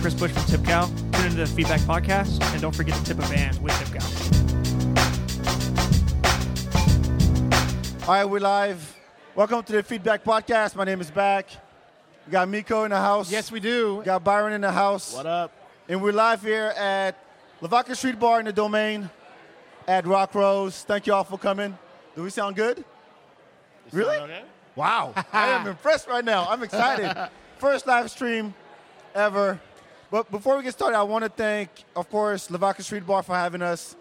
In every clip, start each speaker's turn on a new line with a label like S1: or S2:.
S1: Chris Bush from TipCow. Tune into the Feedback Podcast, and don't forget to tip a band with TipCow.
S2: All right, we're live. Welcome to the Feedback Podcast. My name is back. We got Miko in the house.
S3: Yes, we do.
S2: We got Byron in the house.
S4: What up?
S2: And we're live here at Lavaca Street Bar in the Domain at Rock Rose. Thank you all for coming. Do we sound good? really?
S4: Okay.
S2: Wow. I am impressed right now. I'm excited. First live stream ever. But before we get started, I want to thank, of course, Lavaca Street Bar for having us.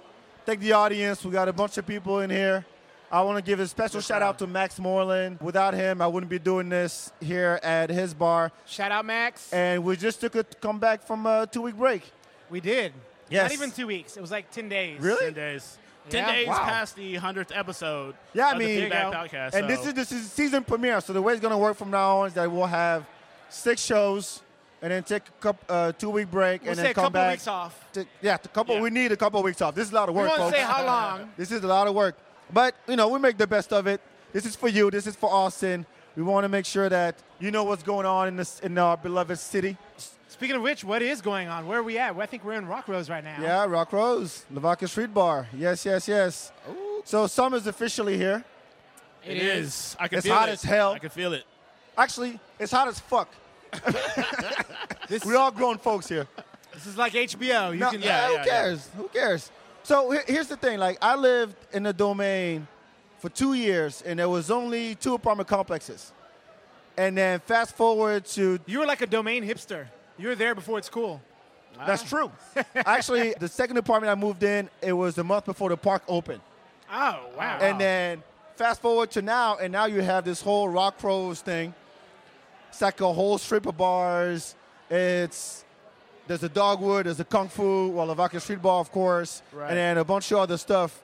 S2: Thank the audience. We got a bunch of people in here. I want to give a special shout out to Max Moreland. Without him, I wouldn't be doing this here at his bar.
S3: Shout out, Max.
S2: And we just took a comeback from a two week break.
S3: we did.
S2: Yes.
S3: Not even two weeks. It was like 10 days.
S2: Really?
S4: 10 days. 10
S3: Yeah.
S4: days
S2: Wow.
S4: past the 100th episode
S2: Yeah, I
S4: of
S2: mean,
S4: the Feedback
S2: you know,
S4: Podcast.
S2: and this
S4: so-
S2: is this is season premiere. So the way it's gonna work from now on is that we'll have six shows, and then take a couple, uh, two week break,
S3: We'll
S2: and
S3: say
S2: then
S3: a
S2: come
S3: couple
S2: back.
S3: weeks off.
S2: To, yeah, a couple.
S4: Yeah.
S2: We need a couple weeks off. This is a lot of work,
S3: we won't
S2: folks.
S3: say how long.
S2: This is a lot of work, but you know we make the best of it. This is for you. This is for Austin. We want to make sure that you know what's going on in this in our beloved city.
S3: Speaking of which, what is going on? Where are we at? Well, I think we're in Rock Rose right now.
S2: Yeah, Rock Rose, Lavaca Street Bar. Yes, yes, yes. So summer's officially here.
S4: it is. I can
S2: It's
S4: feel
S2: hot
S4: it.
S2: as hell.
S4: I can feel it.
S2: Actually, it's hot as fuck. We're all grown folks here.
S3: This is like HBO. You
S2: No,
S3: can,
S2: yeah,
S4: yeah,
S2: who
S4: yeah.
S2: cares? Who cares? So he- here's the thing. Like I lived in the domain for two years, and there was only two apartment complexes. And then fast forward to
S3: You were like a domain hipster. You were there before it's cool.
S2: that's true. Actually, the second apartment I moved in, it was the month before the park opened.
S3: Oh, wow.
S2: And then fast forward to now, and now you have this whole Rock Rose thing. It's like a whole strip of bars. It's there's a dogwood, there's a kung fu, well, a Vaca street ball, of course,
S3: Right.
S2: and then a bunch of other stuff.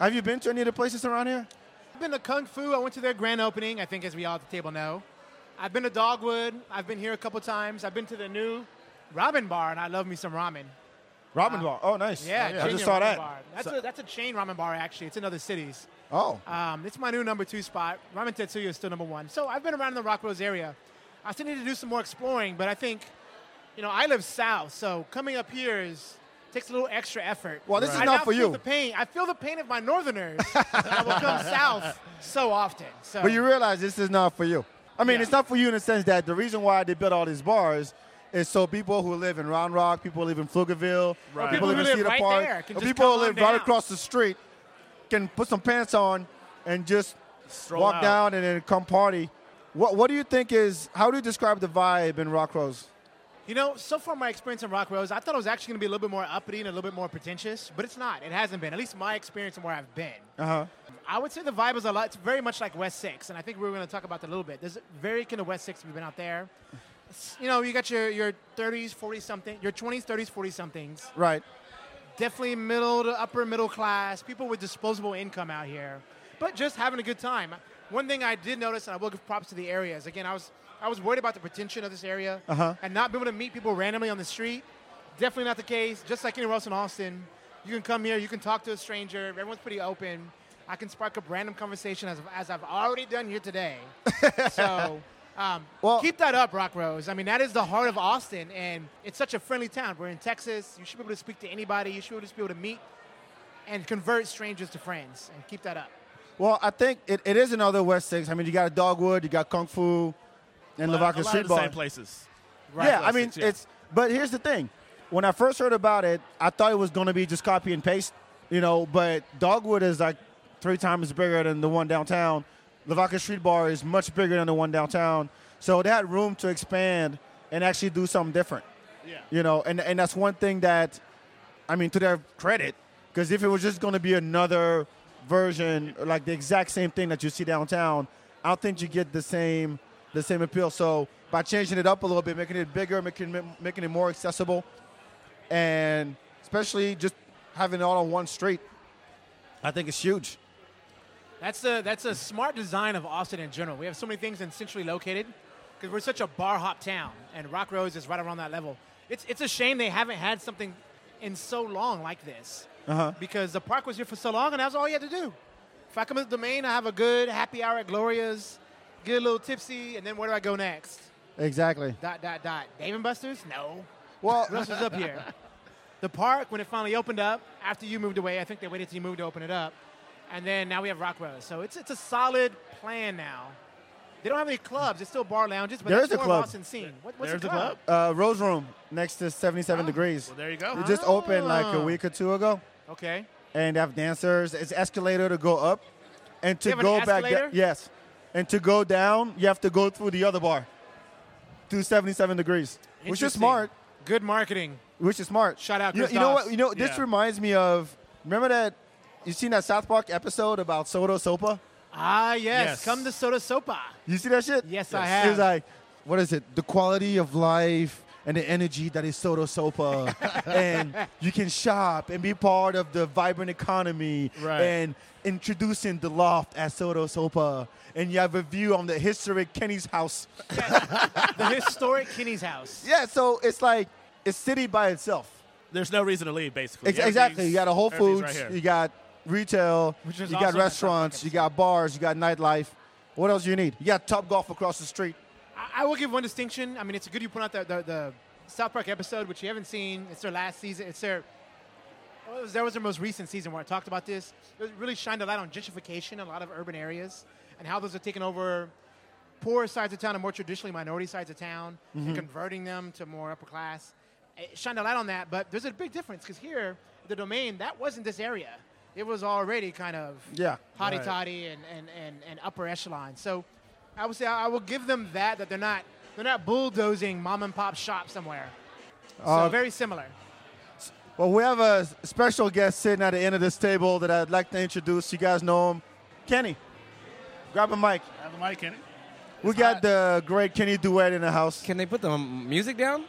S2: Have you been to any of the places around here?
S3: I've been to Kung Fu. I went to their grand opening, I think, as we all at the table know. I've been to Dogwood. I've been here a couple times. I've been to the new ramen bar, and I love me some ramen.
S2: Ramen bar. Oh, nice.
S3: Yeah,
S2: I
S3: Jinja
S2: just saw
S3: ramen
S2: that.
S3: Bar. That's, a, that's a chain ramen bar, actually. It's in other cities.
S2: Oh,
S3: Um, it's my new number two spot. Ramen Tetsuya is still number one. So I've been around in the Rock Rose area. I still need to do some more exploring, but I think, you know, I live south, so coming up here is takes a little extra effort.
S2: Well, this is
S3: I
S2: not
S3: now
S2: for
S3: feel
S2: you.
S3: The pain. I feel the pain of my northerners. I will come south so often. So
S2: but you realize this is not for you. I mean,
S3: Yeah.
S2: it's not for you in the sense that the reason why they built all these bars is so people who live in Round Rock, people who live in Pflugerville,
S4: Right.
S2: people,
S3: People
S2: who
S3: who
S2: live in
S3: live
S2: Cedar
S3: right
S2: Park,
S3: there can
S2: or
S3: just
S2: people who
S3: come on
S2: live right
S3: down.
S2: across the street can put some pants on and just
S4: Stroll
S2: walk
S4: out.
S2: down and then come party. What, what do you think is, how do you describe the vibe in Rock Rose?
S3: You know, so far my experience in Rock Rose, I thought it was actually going to be a little bit more uppity and a little bit more pretentious, but it's not. It hasn't been. At least my experience and where I've been.
S2: Uh-huh.
S3: I would say the vibe is a lot. It's very much like West Six, and I think we were going to talk about that a little bit. There's very kind of West Six. We've been out there. It's- You know, you got your your 30s, 40 something, your 20s, 30s, 40 somethings.
S2: Right.
S3: Definitely middle to upper middle class people with disposable income out here, but just having a good time. One thing I did notice, and I will give props to the areas. Again, I was I was worried about the pretension of this area
S2: Uh-huh.
S3: and not being able to meet people randomly on the street. Definitely not the case. Just like anywhere else in Austin, you can come here, you can talk to a stranger. Everyone's pretty open. I can spark up random conversation as, as I've already done here today. so um,
S2: Well-
S3: keep that up, Rock Rose. I mean, that is the heart of Austin, and it's such a friendly town. We're in Texas. You should be able to speak to anybody. You should be able to be able to meet and convert strangers to friends, and keep that up.
S2: Well, I think it, it is another West Six. I mean, you got Dogwood, you got Kung Fu, and
S4: But
S2: Lavaca
S4: a lot
S2: Street
S4: of the
S2: Bar.
S4: same places.
S2: yeah, I
S4: West
S2: mean,
S4: Six, yeah.
S2: it's. But here's the thing: when I first heard about it, I thought it was going to be just copy and paste, you know. But Dogwood is like three times bigger than the one downtown. Lavaca Street Bar is much bigger than the one downtown, so they had room to expand and actually do something different,
S4: Yeah.
S2: you know. And and that's one thing that, I mean, to their credit, because if it was just going to be another version, like the exact same thing that you see downtown, I don't think you get the same the same appeal. So by changing it up a little bit, making it bigger, making it, making it more accessible, and especially just having it all on one street, I think it's huge.
S3: That's a that's a smart design of Austin in general. We have so many things in centrally located because we're such a bar hop town, and Rock Rose is right around that level. It's it's a shame they haven't had something in so long like this
S2: Uh-huh.
S3: because the park was here for so long, and that's all you had to do. If I come to the domain, I have a good happy hour at Gloria's, get a little tipsy, and then where do I go next?
S2: Exactly.
S3: Dot dot dot. Dave and Buster's? No.
S2: Well,
S3: Russ was up here. The park, when it finally opened up, after you moved away, I think they waited till you moved to open it up. And then now we have Rock Rose. So it's, it's a solid plan now. They don't have any clubs. It's still bar lounges, but
S2: There
S3: that's
S2: is a
S3: more
S2: club.
S3: Austin scene. What, what's
S4: There's
S3: a
S4: a
S3: club?
S4: club.
S2: uh, Rose Room next to 77 degrees.
S4: Oh. Well, there Oh. you go.
S2: It just opened like a
S3: Ah.
S2: week or two ago,
S3: Okay.
S2: and they have dancers. It's escalator to go up, and to
S3: They have an
S2: go back. da-
S3: escalator?
S2: yes, and to go down, you have to go through the other bar, through 77 degrees, which is
S3: Interesting.
S2: smart.
S3: Good marketing.
S2: Which is smart.
S3: Shout out
S2: You,
S3: Chris
S2: you know
S3: Doss.
S2: what? You know this
S4: Yeah.
S2: reminds me of. Remember that you seen that South Park episode about Soda Sopa?
S3: Ah, yes.
S4: Yes.
S3: Come to Soda Sopa.
S2: You see that shit?
S3: Yes, I
S2: It
S3: have.
S2: was like, what is it? The quality of life and the energy that is Soda Sopa, and you can shop and be part of the vibrant economy,
S4: Right.
S2: and introducing the loft at Soda Sopa, and you have a view on the historic Kenny's house.
S3: The historic Kinney's house.
S2: Yeah, so it's like it's city by itself.
S4: There's no reason to leave, basically.
S2: Ex- exactly. You got a Whole
S4: Everything's
S2: Foods.
S4: right here.
S2: you got retail.
S3: Which
S2: You
S3: is
S2: got
S3: also in that South Park
S2: restaurants. You got bars. You got nightlife. What else do you need? You got Top Golf across the street.
S3: I, I will give one distinction. I mean, it's good you point out the, the, the South Park episode, which you haven't seen. It's their last season. It's their well, it was, that was their most recent season where I talked about this. It really shined a light on gentrification in a lot of urban areas and how those are taking over poorer sides of town and more traditionally minority sides of town and converting them to more upper class. It shined a light on that, but there's a big difference because here, the domain, that wasn't this area. It was already kind of
S2: Yeah.
S3: hotty
S4: Right.
S3: toddy and, and, and, and upper echelon. So I would say I I will give them that, that they're not, they're not bulldozing mom and pop shop somewhere. So
S2: Uh,
S3: very similar.
S2: Well, we have a special guest sitting at the end of this table that I'd like to introduce. You guys know him, Kenny. Grab a mic.
S4: Have the mic in it.
S2: We got the great Kenny Duet in the house.
S5: Can they put the um, music down?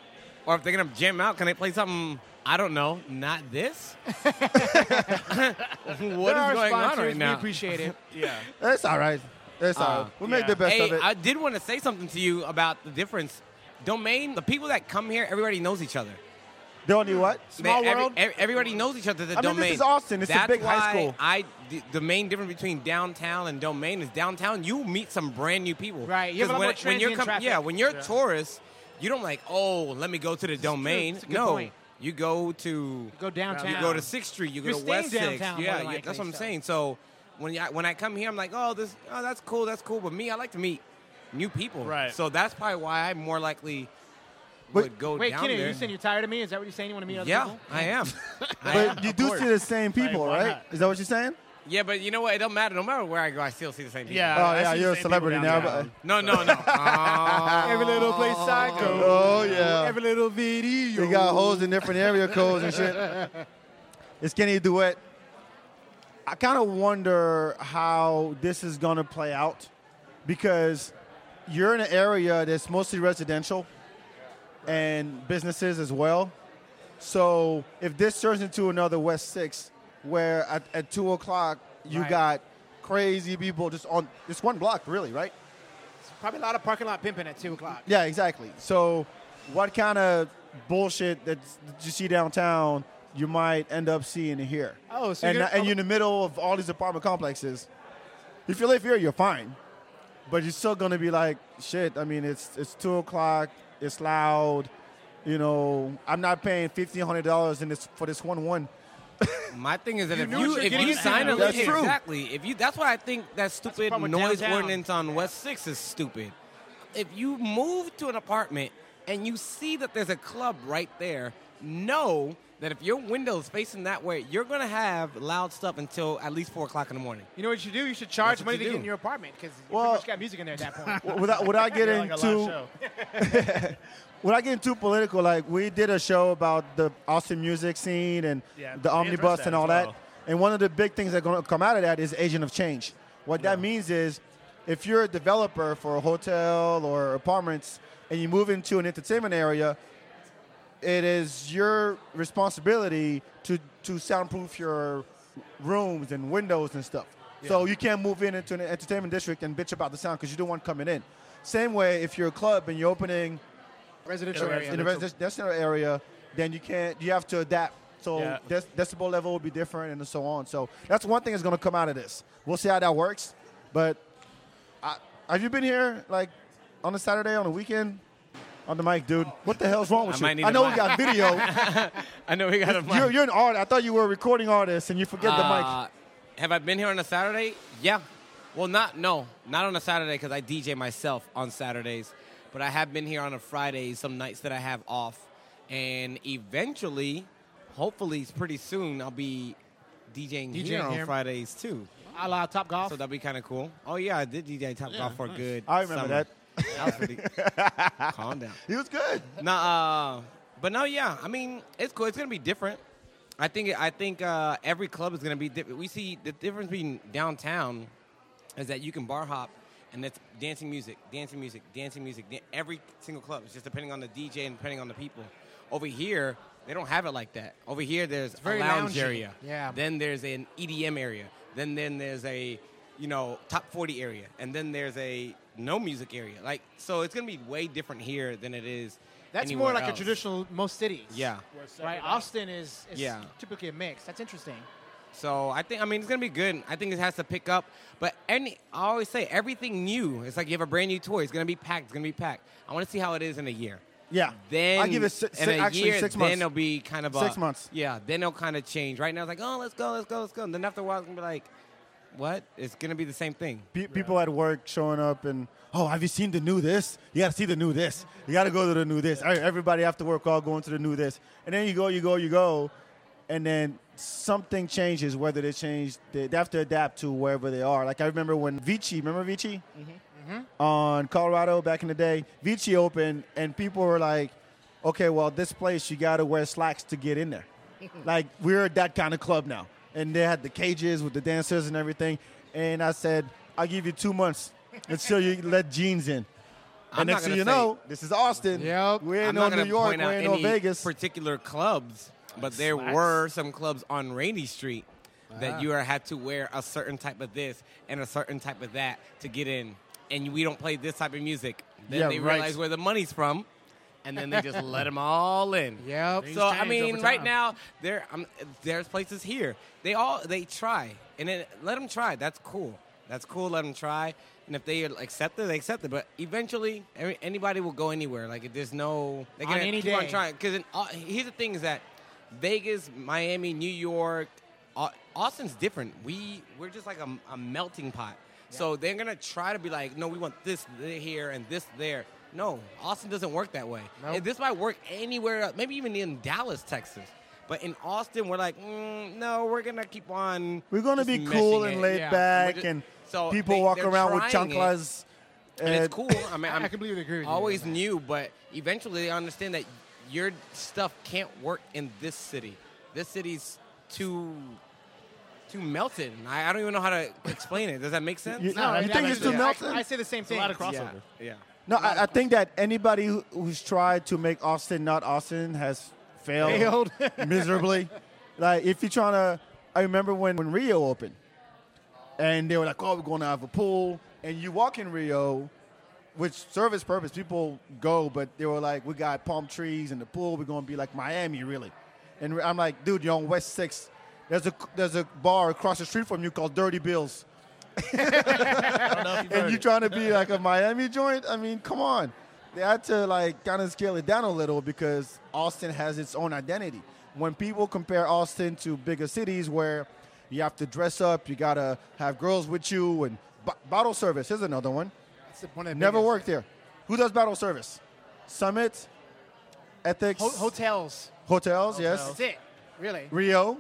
S5: Or if they're gonna jam out, can they play something? I don't know. Not this. what is
S3: What is
S5: going on right now?
S3: We appreciate it.
S4: Yeah.
S2: It's all right. It's all
S5: Uh,
S2: right. We'll make
S4: yeah.
S2: the best
S5: hey,
S2: of it.
S5: I did want to say something to you about the difference. Domain, the people that come here, everybody knows each other.
S2: the only what?
S3: Small
S5: They- every-
S3: world?
S5: ev- everybody knows each other. at The
S2: I mean, this
S5: domain.
S2: is Austin. It's a
S5: That's
S2: big high
S5: why
S2: school.
S5: I the, the main difference between downtown and domain is downtown. You meet some brand new people.
S3: Right, you have a lot
S5: 'Cause when,
S3: more
S5: when you're
S3: transient traffic.
S5: yeah, when you're a tourist, you don't like oh let me go to the domain.
S3: It's a good
S5: no,
S3: point.
S5: you go to
S3: Go downtown.
S5: You go to Sixth Street. You go
S3: You're
S5: to
S3: staying
S5: West Sixth.
S3: downtown more
S5: Yeah,
S3: than
S5: yeah, that's
S3: likely,
S5: what I'm
S3: so.
S5: saying. So when I, when I come here, I'm like oh this oh that's cool that's cool. But me, I like to meet new people.
S4: Right.
S5: So that's probably why I'm more likely
S2: But-
S5: would go
S3: Wait,
S5: down
S3: Kenny,
S5: there.
S3: are you saying you're tired of me? Is that what you're saying? You want to meet other
S5: yeah,
S3: people?
S5: I am. I am.
S2: But you do see the same people,
S4: why
S2: right?
S4: not?
S2: Is that what you're
S4: Uh,
S2: saying?
S5: Yeah, but you know what? It don't matter. No matter where I go, I still see the same people.
S4: Yeah.
S2: oh,
S4: I
S2: yeah,
S4: see the
S2: you're a
S4: same
S2: celebrity
S4: people
S2: now.
S4: down
S2: But,
S4: there.
S5: No, no, no. Uh,
S3: Every little place I go,
S2: oh, yeah.
S3: every little video.
S2: We got holes in different area codes and shit. It's Kenny Duet. I kind of wonder how this is going to play out because you're in an area that's mostly residential and businesses as well. So if this turns into another West 6 where at, at 2 o'clock you
S3: Right.
S2: got crazy people just on this one block, really, right?
S3: Probably a lot of parking lot pimping at 2 o'clock.
S2: Yeah, exactly. So, what kind of bullshit that you see downtown, you might end up seeing here.
S3: Oh, so you're
S2: and,
S3: gonna-
S2: and you're in the middle of all these apartment complexes. If you live here, you're fine, but you're still gonna be like, shit. I mean, it's it's two o'clock. It's loud. You know, I'm not paying fifteen hundred dollars in this for this one one.
S5: my thing is that if
S3: knew
S5: you
S3: what you're
S5: if
S3: getting
S5: you
S3: into.
S5: sign a
S2: That's
S5: lease,
S2: true.
S5: exactly. If you that's why I think that stupid
S3: problem with
S5: noise
S3: downtown.
S5: ordinance on West Six is stupid. If you move to an apartment and you see that there's a club right there, know that if your window is facing that way, you're gonna have loud stuff until at least four o'clock in the morning.
S3: You know what you do? You should charge
S5: That's what
S3: money
S5: you
S3: to get
S5: do.
S3: in your apartment because you
S2: Well-
S3: pretty much got music in there at that point.
S2: Without without
S4: You're
S2: getting
S4: like a live
S2: too
S4: show.
S2: without getting too political, like we did a show about the Austin music scene and
S4: Yeah,
S2: the
S4: we
S2: omnibus
S4: addressed
S2: and
S4: that
S2: all that.
S4: as well.
S2: And one of the big things that going to come out of that is agent of change. What that means is, if you're a developer for a hotel or apartments and you move into an entertainment area, it is your responsibility to to soundproof your rooms and windows and stuff. So you can't move in into an entertainment district and bitch about the sound because you don't want coming in. Same way, if you're a club and you're opening
S3: Residential
S4: Yeah,
S3: area.
S2: in the residential area, then you can't. You have to adapt. So
S4: Yeah.
S2: dec- decibel level will be different, and so on. So that's one thing that's going to come out of this. We'll see how that works. But I, have you been here like on a Saturday on a weekend? on the mic, dude. What the hell's wrong with
S5: I
S2: you?
S5: might need
S2: I
S5: a
S2: know we
S5: mic.
S2: got video.
S5: I know we got a mic.
S2: you're, you're an artist. I thought you were a recording artist, and you forget the mic.
S5: Uh, Have I been here on a Saturday? Yeah. Well, not no, not on a Saturday because I DJ myself on Saturdays, but I have been here on a Friday some nights that I have off, and eventually, hopefully, pretty soon I'll be DJing, here
S3: DJing
S5: on
S3: here.
S5: Fridays too.
S3: A la Top Golf.
S5: So that'll be kind of cool. Oh yeah, I did DJ Top Golf for a good.
S2: I remember
S5: summer.
S2: that.
S5: That was pretty. calm down.
S2: He was good.
S5: Nah, uh, but no, yeah. I mean, it's cool. It's gonna be different. I think. I think uh, every club is gonna be different. We see the difference between downtown is that you can bar hop, and it's dancing music, dancing music, dancing music. Dan- every single club. It's just depending on the DJ and depending on the people. Over here, they don't have it like that. Over here, there's
S3: very
S5: a lounge
S3: loungy.
S5: area.
S3: Yeah.
S5: Then there's an EDM area. Then then there's a you know top 40 area, and then there's a no music area. Like so, it's gonna be way different here than it is.
S3: That's
S5: anywhere
S3: more like a
S5: else.
S3: traditional most cities.
S5: Yeah.
S3: Right. Austin is, is
S5: Yeah.
S3: typically a mix. That's interesting.
S5: So I think I mean it's gonna be good. I think it has to pick up. But any I always say everything new. It's like you have a brand new toy. It's gonna be packed. It's gonna be packed. I want to see how it is in a year.
S2: Yeah.
S5: Then
S2: I give it si-
S5: in
S2: si-
S5: a
S2: actually
S5: year,
S2: six
S5: Then
S2: months.
S5: it'll be kind of a,
S2: Six months.
S5: Yeah. Then it'll kind of change. Right now it's like oh let's go let's go let's go. And then after a while it's gonna be like what? It's gonna be the same thing.
S2: Pe- people at work showing up and oh, have you seen the new this? You got to see the new this. You got to go to the new this. All right, everybody after work all going to the new this, and then you go, you go, you go, and then something changes. Whether they change, they, they have to adapt to wherever they are. Like I remember when Vici, remember Vici on Colorado back in the day, Vici opened, and people were like, okay, well this place you got to wear slacks to get in there. like we're that kind of club now, and they had the cages with the dancers and everything. And I said, I'll give you two months until you let jeans in.
S5: I'm
S2: and
S5: not
S2: next thing
S5: gonna
S2: you
S5: say-
S2: know, this is Austin.
S3: Yep.
S2: We ain't
S5: I'm
S2: no
S5: not
S2: New
S5: gonna
S2: York.
S5: point
S2: We
S5: out
S2: ain't no
S5: any
S2: Vegas.
S5: particular clubs, but there were some clubs on Rainy Street
S3: Ah.
S5: that you are, had to wear a certain type of this and a certain type of that to get in. And we don't play this type of music. Then
S2: Yeah,
S5: they
S2: right.
S5: realize where the money's from, and then they just let them all in.
S3: Yep.
S5: So I
S3: Things change
S5: mean,
S3: over
S5: right
S3: time.
S5: now there um, there's places here. They all they try, and then let them try. That's cool. That's cool. Let them try, and if they accept it, they accept it. But eventually, every, anybody will go anywhere. Like if there's no, they
S3: On
S5: can
S3: any
S5: keep on
S3: day.
S5: trying. Because uh, here's the thing: is that Vegas, Miami, New York, Au- Austin's different. We we're just like a, a melting pot. So they're gonna try to be like, no, we want this th- here and this there. No, Austin doesn't work that way.
S3: Nope.
S5: This might work anywhere, else, maybe even in Dallas, Texas. But in Austin, we're like, mm, no, we're gonna keep on.
S2: We're gonna
S5: just
S2: be cool
S5: meshing
S2: and
S5: it.
S2: laid
S5: Yeah. We're
S2: back,
S5: just-
S2: and
S5: so
S2: people
S5: they-
S2: walk
S5: they're
S2: around with
S5: trying it.
S2: chanclas.
S5: And it's cool. I mean,
S3: I-
S5: I'm
S3: I completely agree with you
S5: Always
S3: on that.
S5: new, but eventually they understand that your stuff can't work in this city. This city's too too melted. I, I don't even know how to explain it. Does that make sense?
S2: You- No,
S3: I
S2: you think it's too
S3: I-
S2: melted?
S3: I, say the same thing.
S4: a lot of
S5: Yeah.
S4: crossover.
S5: yeah.
S2: No, I, I think that anybody who, who's tried to make Austin not Austin has failed, miserably. Like if you're trying to, I remember when when Rio opened, and they were like, "Oh, we're going to have a pool," and you walk in Rio, which service purpose people go, but they were like, "We got palm trees and the pool. We're going to be like Miami, really." And I'm like, "Dude, you're on West Sixth. There's a there's a bar across the street from you called Dirty Bills." and you trying to be like a Miami joint? I mean, come on. They had to like kind of scale it down a little because Austin has its own identity. When people compare Austin to bigger cities where you have to dress up, you gotta have girls with you, and bo- bottle service is another one.
S3: It's one of the
S2: Never
S3: biggest.
S2: worked there. Who does bottle service? Summit, Ethics,
S3: Ho- hotels.
S2: hotels,
S3: That's
S2: yes.
S3: it. Really.
S2: Rio,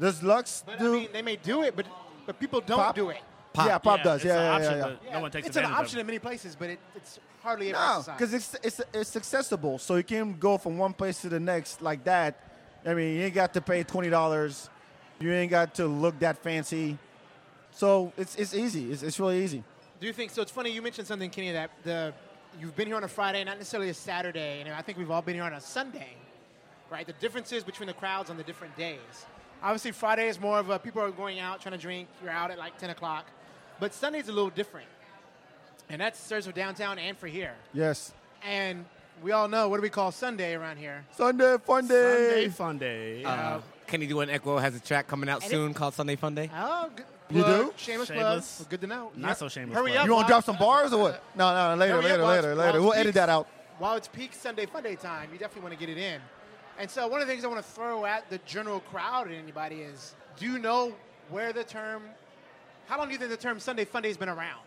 S2: does Lux
S3: But
S2: do?
S3: I mean, they may do it, but but people don't
S2: Pop?
S3: do it.
S5: Pop.
S2: Yeah, Pop does.
S4: it's
S2: Yeah,
S4: an
S2: yeah,
S4: option,
S2: yeah, yeah.
S4: but no one takes
S3: it's an
S4: advantage of
S3: option
S4: it.
S3: in many places, but it, it's hardly ever
S2: No,
S3: exercised.
S2: because it's, it's it's accessible, so you can go from one place to the next like that. I mean, you ain't got to pay twenty dollars, you ain't got to look that fancy, so it's it's easy. It's, it's really easy.
S3: Do you think so? It's funny you mentioned something, Kenny. That the you've been here on a Friday, not necessarily a Saturday, and I think we've all been here on a Sunday, right? The differences between the crowds on the different days. Obviously, Friday is more of a people are going out trying to drink. You're out at like 10 o'clock, but Sunday's a little different, and that serves for downtown and for here.
S2: Yes,
S3: And we all know what do we call Sunday around here?
S2: Sunday fun day.
S4: Sunday fun day.
S5: Uh, Kenny Doohan Echo has a track coming out
S3: And it-
S5: soon called Sunday Fun Day.
S3: Oh, good.
S2: You
S3: plug,
S2: do?
S3: Shameless,
S4: Shameless.
S3: plug. Good to know.
S4: Not so shameless
S3: Hurry
S4: plug.
S3: up!
S2: You want
S3: Watts.
S2: to drop some bars or what? No, no, later,
S3: Hurry up,
S2: later,
S3: Watts.
S2: later, later.
S3: Watts
S2: We'll edit
S3: speaks.
S2: that out.
S3: while it's peak Sunday Funday time, you definitely want to get it in. And so one of the things I want to throw at the general crowd and anybody is, do you know where the term, how long do you think the term Sunday Funday has been around?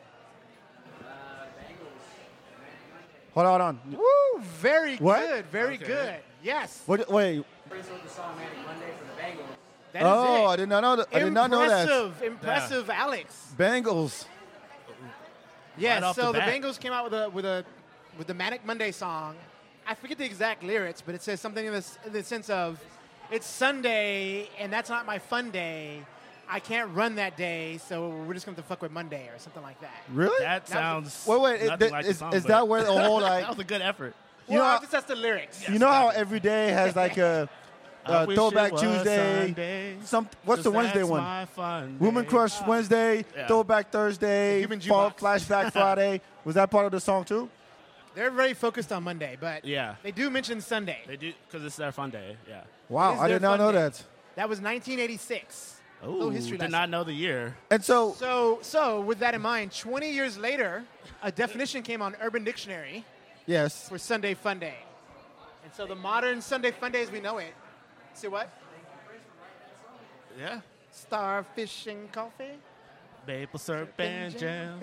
S2: Hold on, hold on.
S3: Woo, very
S2: What?
S3: good, very
S4: Okay.
S3: good. Yes,
S2: What, wait.
S3: that is
S2: Oh, I
S3: it.
S2: did not know that. I did not know that.
S3: Impressive, impressive, Alex.
S2: Bengals.
S3: Yeah,
S4: Right off
S3: so
S4: the
S3: the,
S4: bat.
S3: Bengals came out with a with a with the Manic Monday song. I forget the exact lyrics, but it says something in the, s- in the sense of, "It's Sunday and that's not my fun day. I can't run that day, so we're just going to fuck with Monday or something like that."
S2: Really?
S4: That sounds.
S2: wait, wait. It,
S4: nothing
S2: that-
S4: like the
S2: is,
S4: song,
S2: is
S4: but-
S2: that Uh, where the whole
S4: that
S2: like?
S4: was a good effort.
S2: You know,
S3: well,
S2: how-
S3: just that's the lyrics.
S2: you know how every day has like a,
S4: I
S2: a
S4: wish it
S2: throwback
S4: was
S2: Tuesday.
S4: Sunday,
S2: Some what's the
S4: 'cause
S2: Wednesday
S4: that's
S2: one?
S4: my fun
S2: Woman
S4: day.
S2: Crush Wednesday,
S4: Yeah.
S2: Throwback Thursday,
S3: Human
S2: Fall
S3: Jukebox.
S2: Flashback Friday. Was that part of the song too?
S3: They're very focused on Monday, but
S4: Yeah.
S3: they do mention Sunday.
S4: They do because it's their fun day. Yeah.
S2: Wow,
S3: It is
S2: I
S3: their
S2: did not
S3: fun
S2: know
S3: day.
S2: that.
S3: That was 1986.
S4: Oh,
S3: Little history
S4: did
S3: lesson.
S4: not know the year.
S2: And so,
S3: So, so with that in mind, 20 years later, a definition came on Urban Dictionary
S2: yes,
S3: for Sunday Fun Day. And so the modern Sunday Fun Day as we know it, see what?
S4: Yeah.
S3: Starfish and coffee?
S4: Maple syrup and jam.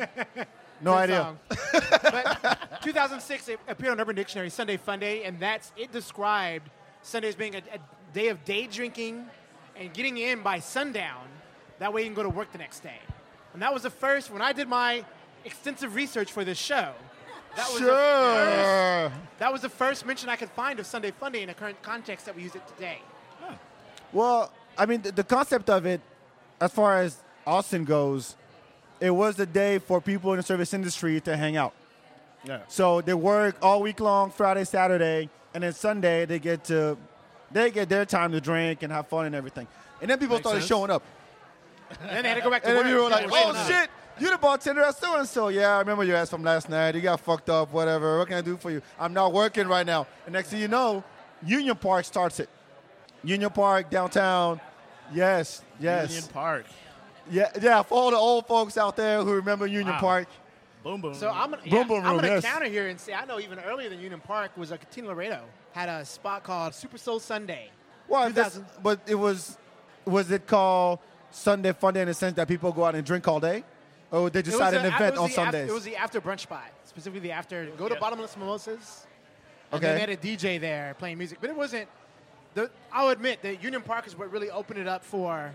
S2: no
S3: Good
S2: idea.
S3: song. but 2006, it appeared on Urban Dictionary, Sunday Fun Day, and that's it described Sunday as being a, a day of day drinking and getting in by sundown. That way you can go to work the next day. And that was the first, when I did my extensive research for this show, that was the first
S2: Sure.
S3: That was the first mention I could find of Sunday Funday in the current context that we use it today.
S2: Well, I mean, the, the concept of it, as far as Austin goes, it was the day for people in the service industry to hang out.
S4: Yeah.
S2: So they work all week long, Friday, Saturday, and then Sunday they get to they get their time to drink and have fun and everything. And then people
S4: Makes
S2: started
S4: sense.
S2: showing up.
S3: And then they had to go back to
S2: And
S3: work.
S2: then people were like,
S3: Wait,
S2: "Oh
S3: no.
S2: shit, you the bartender at so and so? oh, Yeah, I remember your ass from last night. You got fucked up, whatever. What can I do for you? I'm not working right now." And next thing you know, Union Park starts it. Union Park downtown. Yes, yes,
S4: Union Park.
S2: yeah, yeah. For all the old folks out there who remember Union
S4: Wow.
S2: Park,
S4: Boom boom.
S3: So I'm gonna, yeah,
S2: Boom, boom,
S3: I'm
S2: boom,
S3: gonna
S2: yes.
S3: counter here and say I know even earlier than Union Park was a Katina Laredo had a spot called Super Soul Sunday.
S2: Well, that's,
S3: 2000.
S2: but it was was it called Sunday Funday in the sense that people go out and drink all day, or they
S3: It was
S2: decided
S3: a-
S2: an
S3: it
S2: event
S3: was
S2: on
S3: the after-
S2: Sundays?
S3: it was the after brunch spot, specifically the after go to
S4: Yeah.
S3: Bottomless Mimosas. And
S2: Okay.
S3: then they had a DJ there playing music, but it wasn't. The, I'll admit that Union Park is what really opened it up for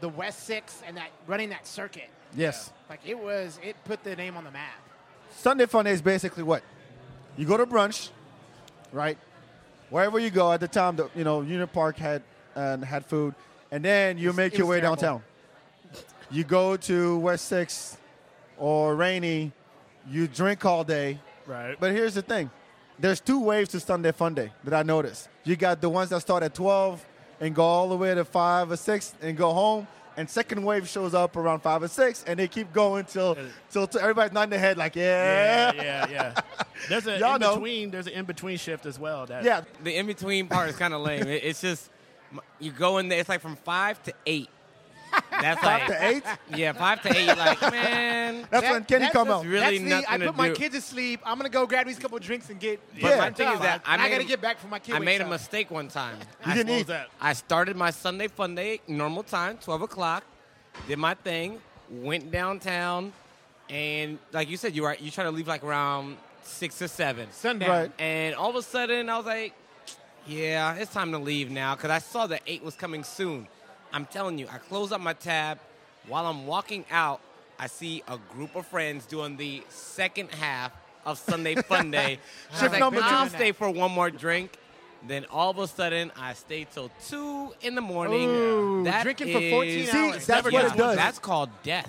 S3: the West Six and that running that circuit.
S2: yes,
S3: Like it was, it put the name on the map.
S2: Sunday Funday is basically what you go to brunch, right? Wherever you go at the time, the, you know Union Park had and had food, and then you
S3: was-
S2: make
S3: it
S2: your
S3: was
S2: way
S3: terrible.
S2: downtown. You go to West Six or Rainy, you drink all day,
S4: right.
S2: But here's the thing. There's two waves to Sunday Funday that I noticed. You got the ones that start at 12 and go all the way to 5 or 6 and go home. And second wave shows up around 5 or 6 and they keep going till, till, till everybody's nodding their head like, yeah.
S4: yeah, yeah, yeah. There's an
S2: Y'all
S4: in
S2: know.
S4: between. There's an in between shift as well. That
S2: Yeah.
S5: The in between part is kind of lame. It- it's just m- you go in there. It's like from five to eight. That's
S2: Five
S5: like
S2: to 8.
S5: yeah, five to eight. You're like man.
S2: That's
S3: That-
S2: when Kenny
S3: that's
S2: come
S3: the-
S2: out.
S5: Really
S3: that's the, I
S5: nothing to
S3: put my
S5: do.
S3: kids to sleep. I'm gonna go grab these couple drinks and get.
S2: Yeah.
S5: my thing is that I
S3: I,
S5: made
S3: gotta
S5: a-
S3: get back for my kids.
S5: I made a mistake one time.
S2: You
S5: I,
S2: didn't
S4: What
S2: eat.
S4: was that?
S5: I started my Sunday fun day normal time, twelve o'clock. Did my thing. Went downtown, and like you said, you were you try to leave like around six or seven.
S3: Sunday.
S2: Right.
S5: And all of a sudden, I was like, yeah, it's time to leave now because I saw that 8 was coming soon. I'm telling you, I close up my tab. While I'm walking out, I see a group of friends doing the second half of Sunday Fun Day. I was
S2: Shift
S5: like,
S2: number two.
S5: I'll stay for one more drink. Then all of a sudden, I stay till 2 in the morning.
S3: Ooh,
S5: That
S3: drinking for 14
S5: is-
S3: hours.
S2: See, that's
S5: yeah,
S2: what it does.
S5: That's called death.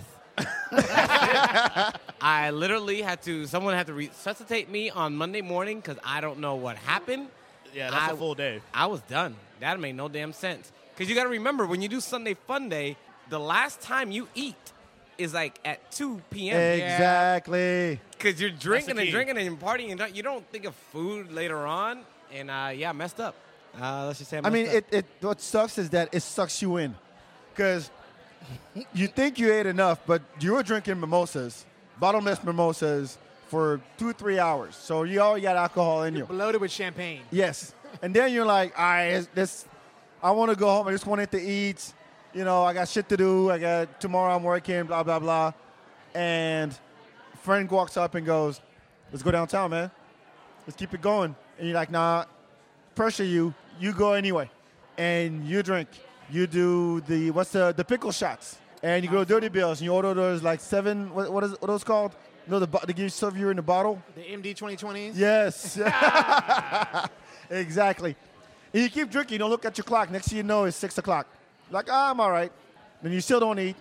S5: I literally had to. Someone had to resuscitate me on Monday morning because I don't know what happened.
S4: Yeah, that's
S5: a
S4: a full day.
S5: I was done. That made no damn sense. Because you got to remember when you do Sunday Fun Day, the last time you eat is like at 2 p.m.
S2: Exactly.
S5: Because you're drinking and
S4: key.
S5: drinking and partying and don't- you don't think of food later on. And uh, yeah, I messed up. Uh, let's just say I,
S2: I mean,
S5: messed up.
S2: it, it what sucks is that it sucks you in, because you think you ate enough, but you were drinking mimosas, bottomless mimosas, for two, three hours. So you already got alcohol in you.
S3: Bloated with champagne.
S2: Yes. And then you're like, all right, it's- this, I want to go home. I just wanted to eat. You know, I got shit to do. I got tomorrow. I'm working. Blah blah blah. And friend walks up and goes, "Let's go downtown, man. Let's keep it going." And you're like, "Nah, pressure you. You go anyway." And you drink. You do the what's the the pickle shots. And you go dirty bills. And you order those like seven. What, what is what are those called? You know the bo- they give you serve you in the bottle.
S3: The MD 2020s.
S2: Yes. exactly. And you keep drinking, you don't look at your clock. Next thing you know, it's six o'clock. Like, ah, I'm all right. Then you still don't eat,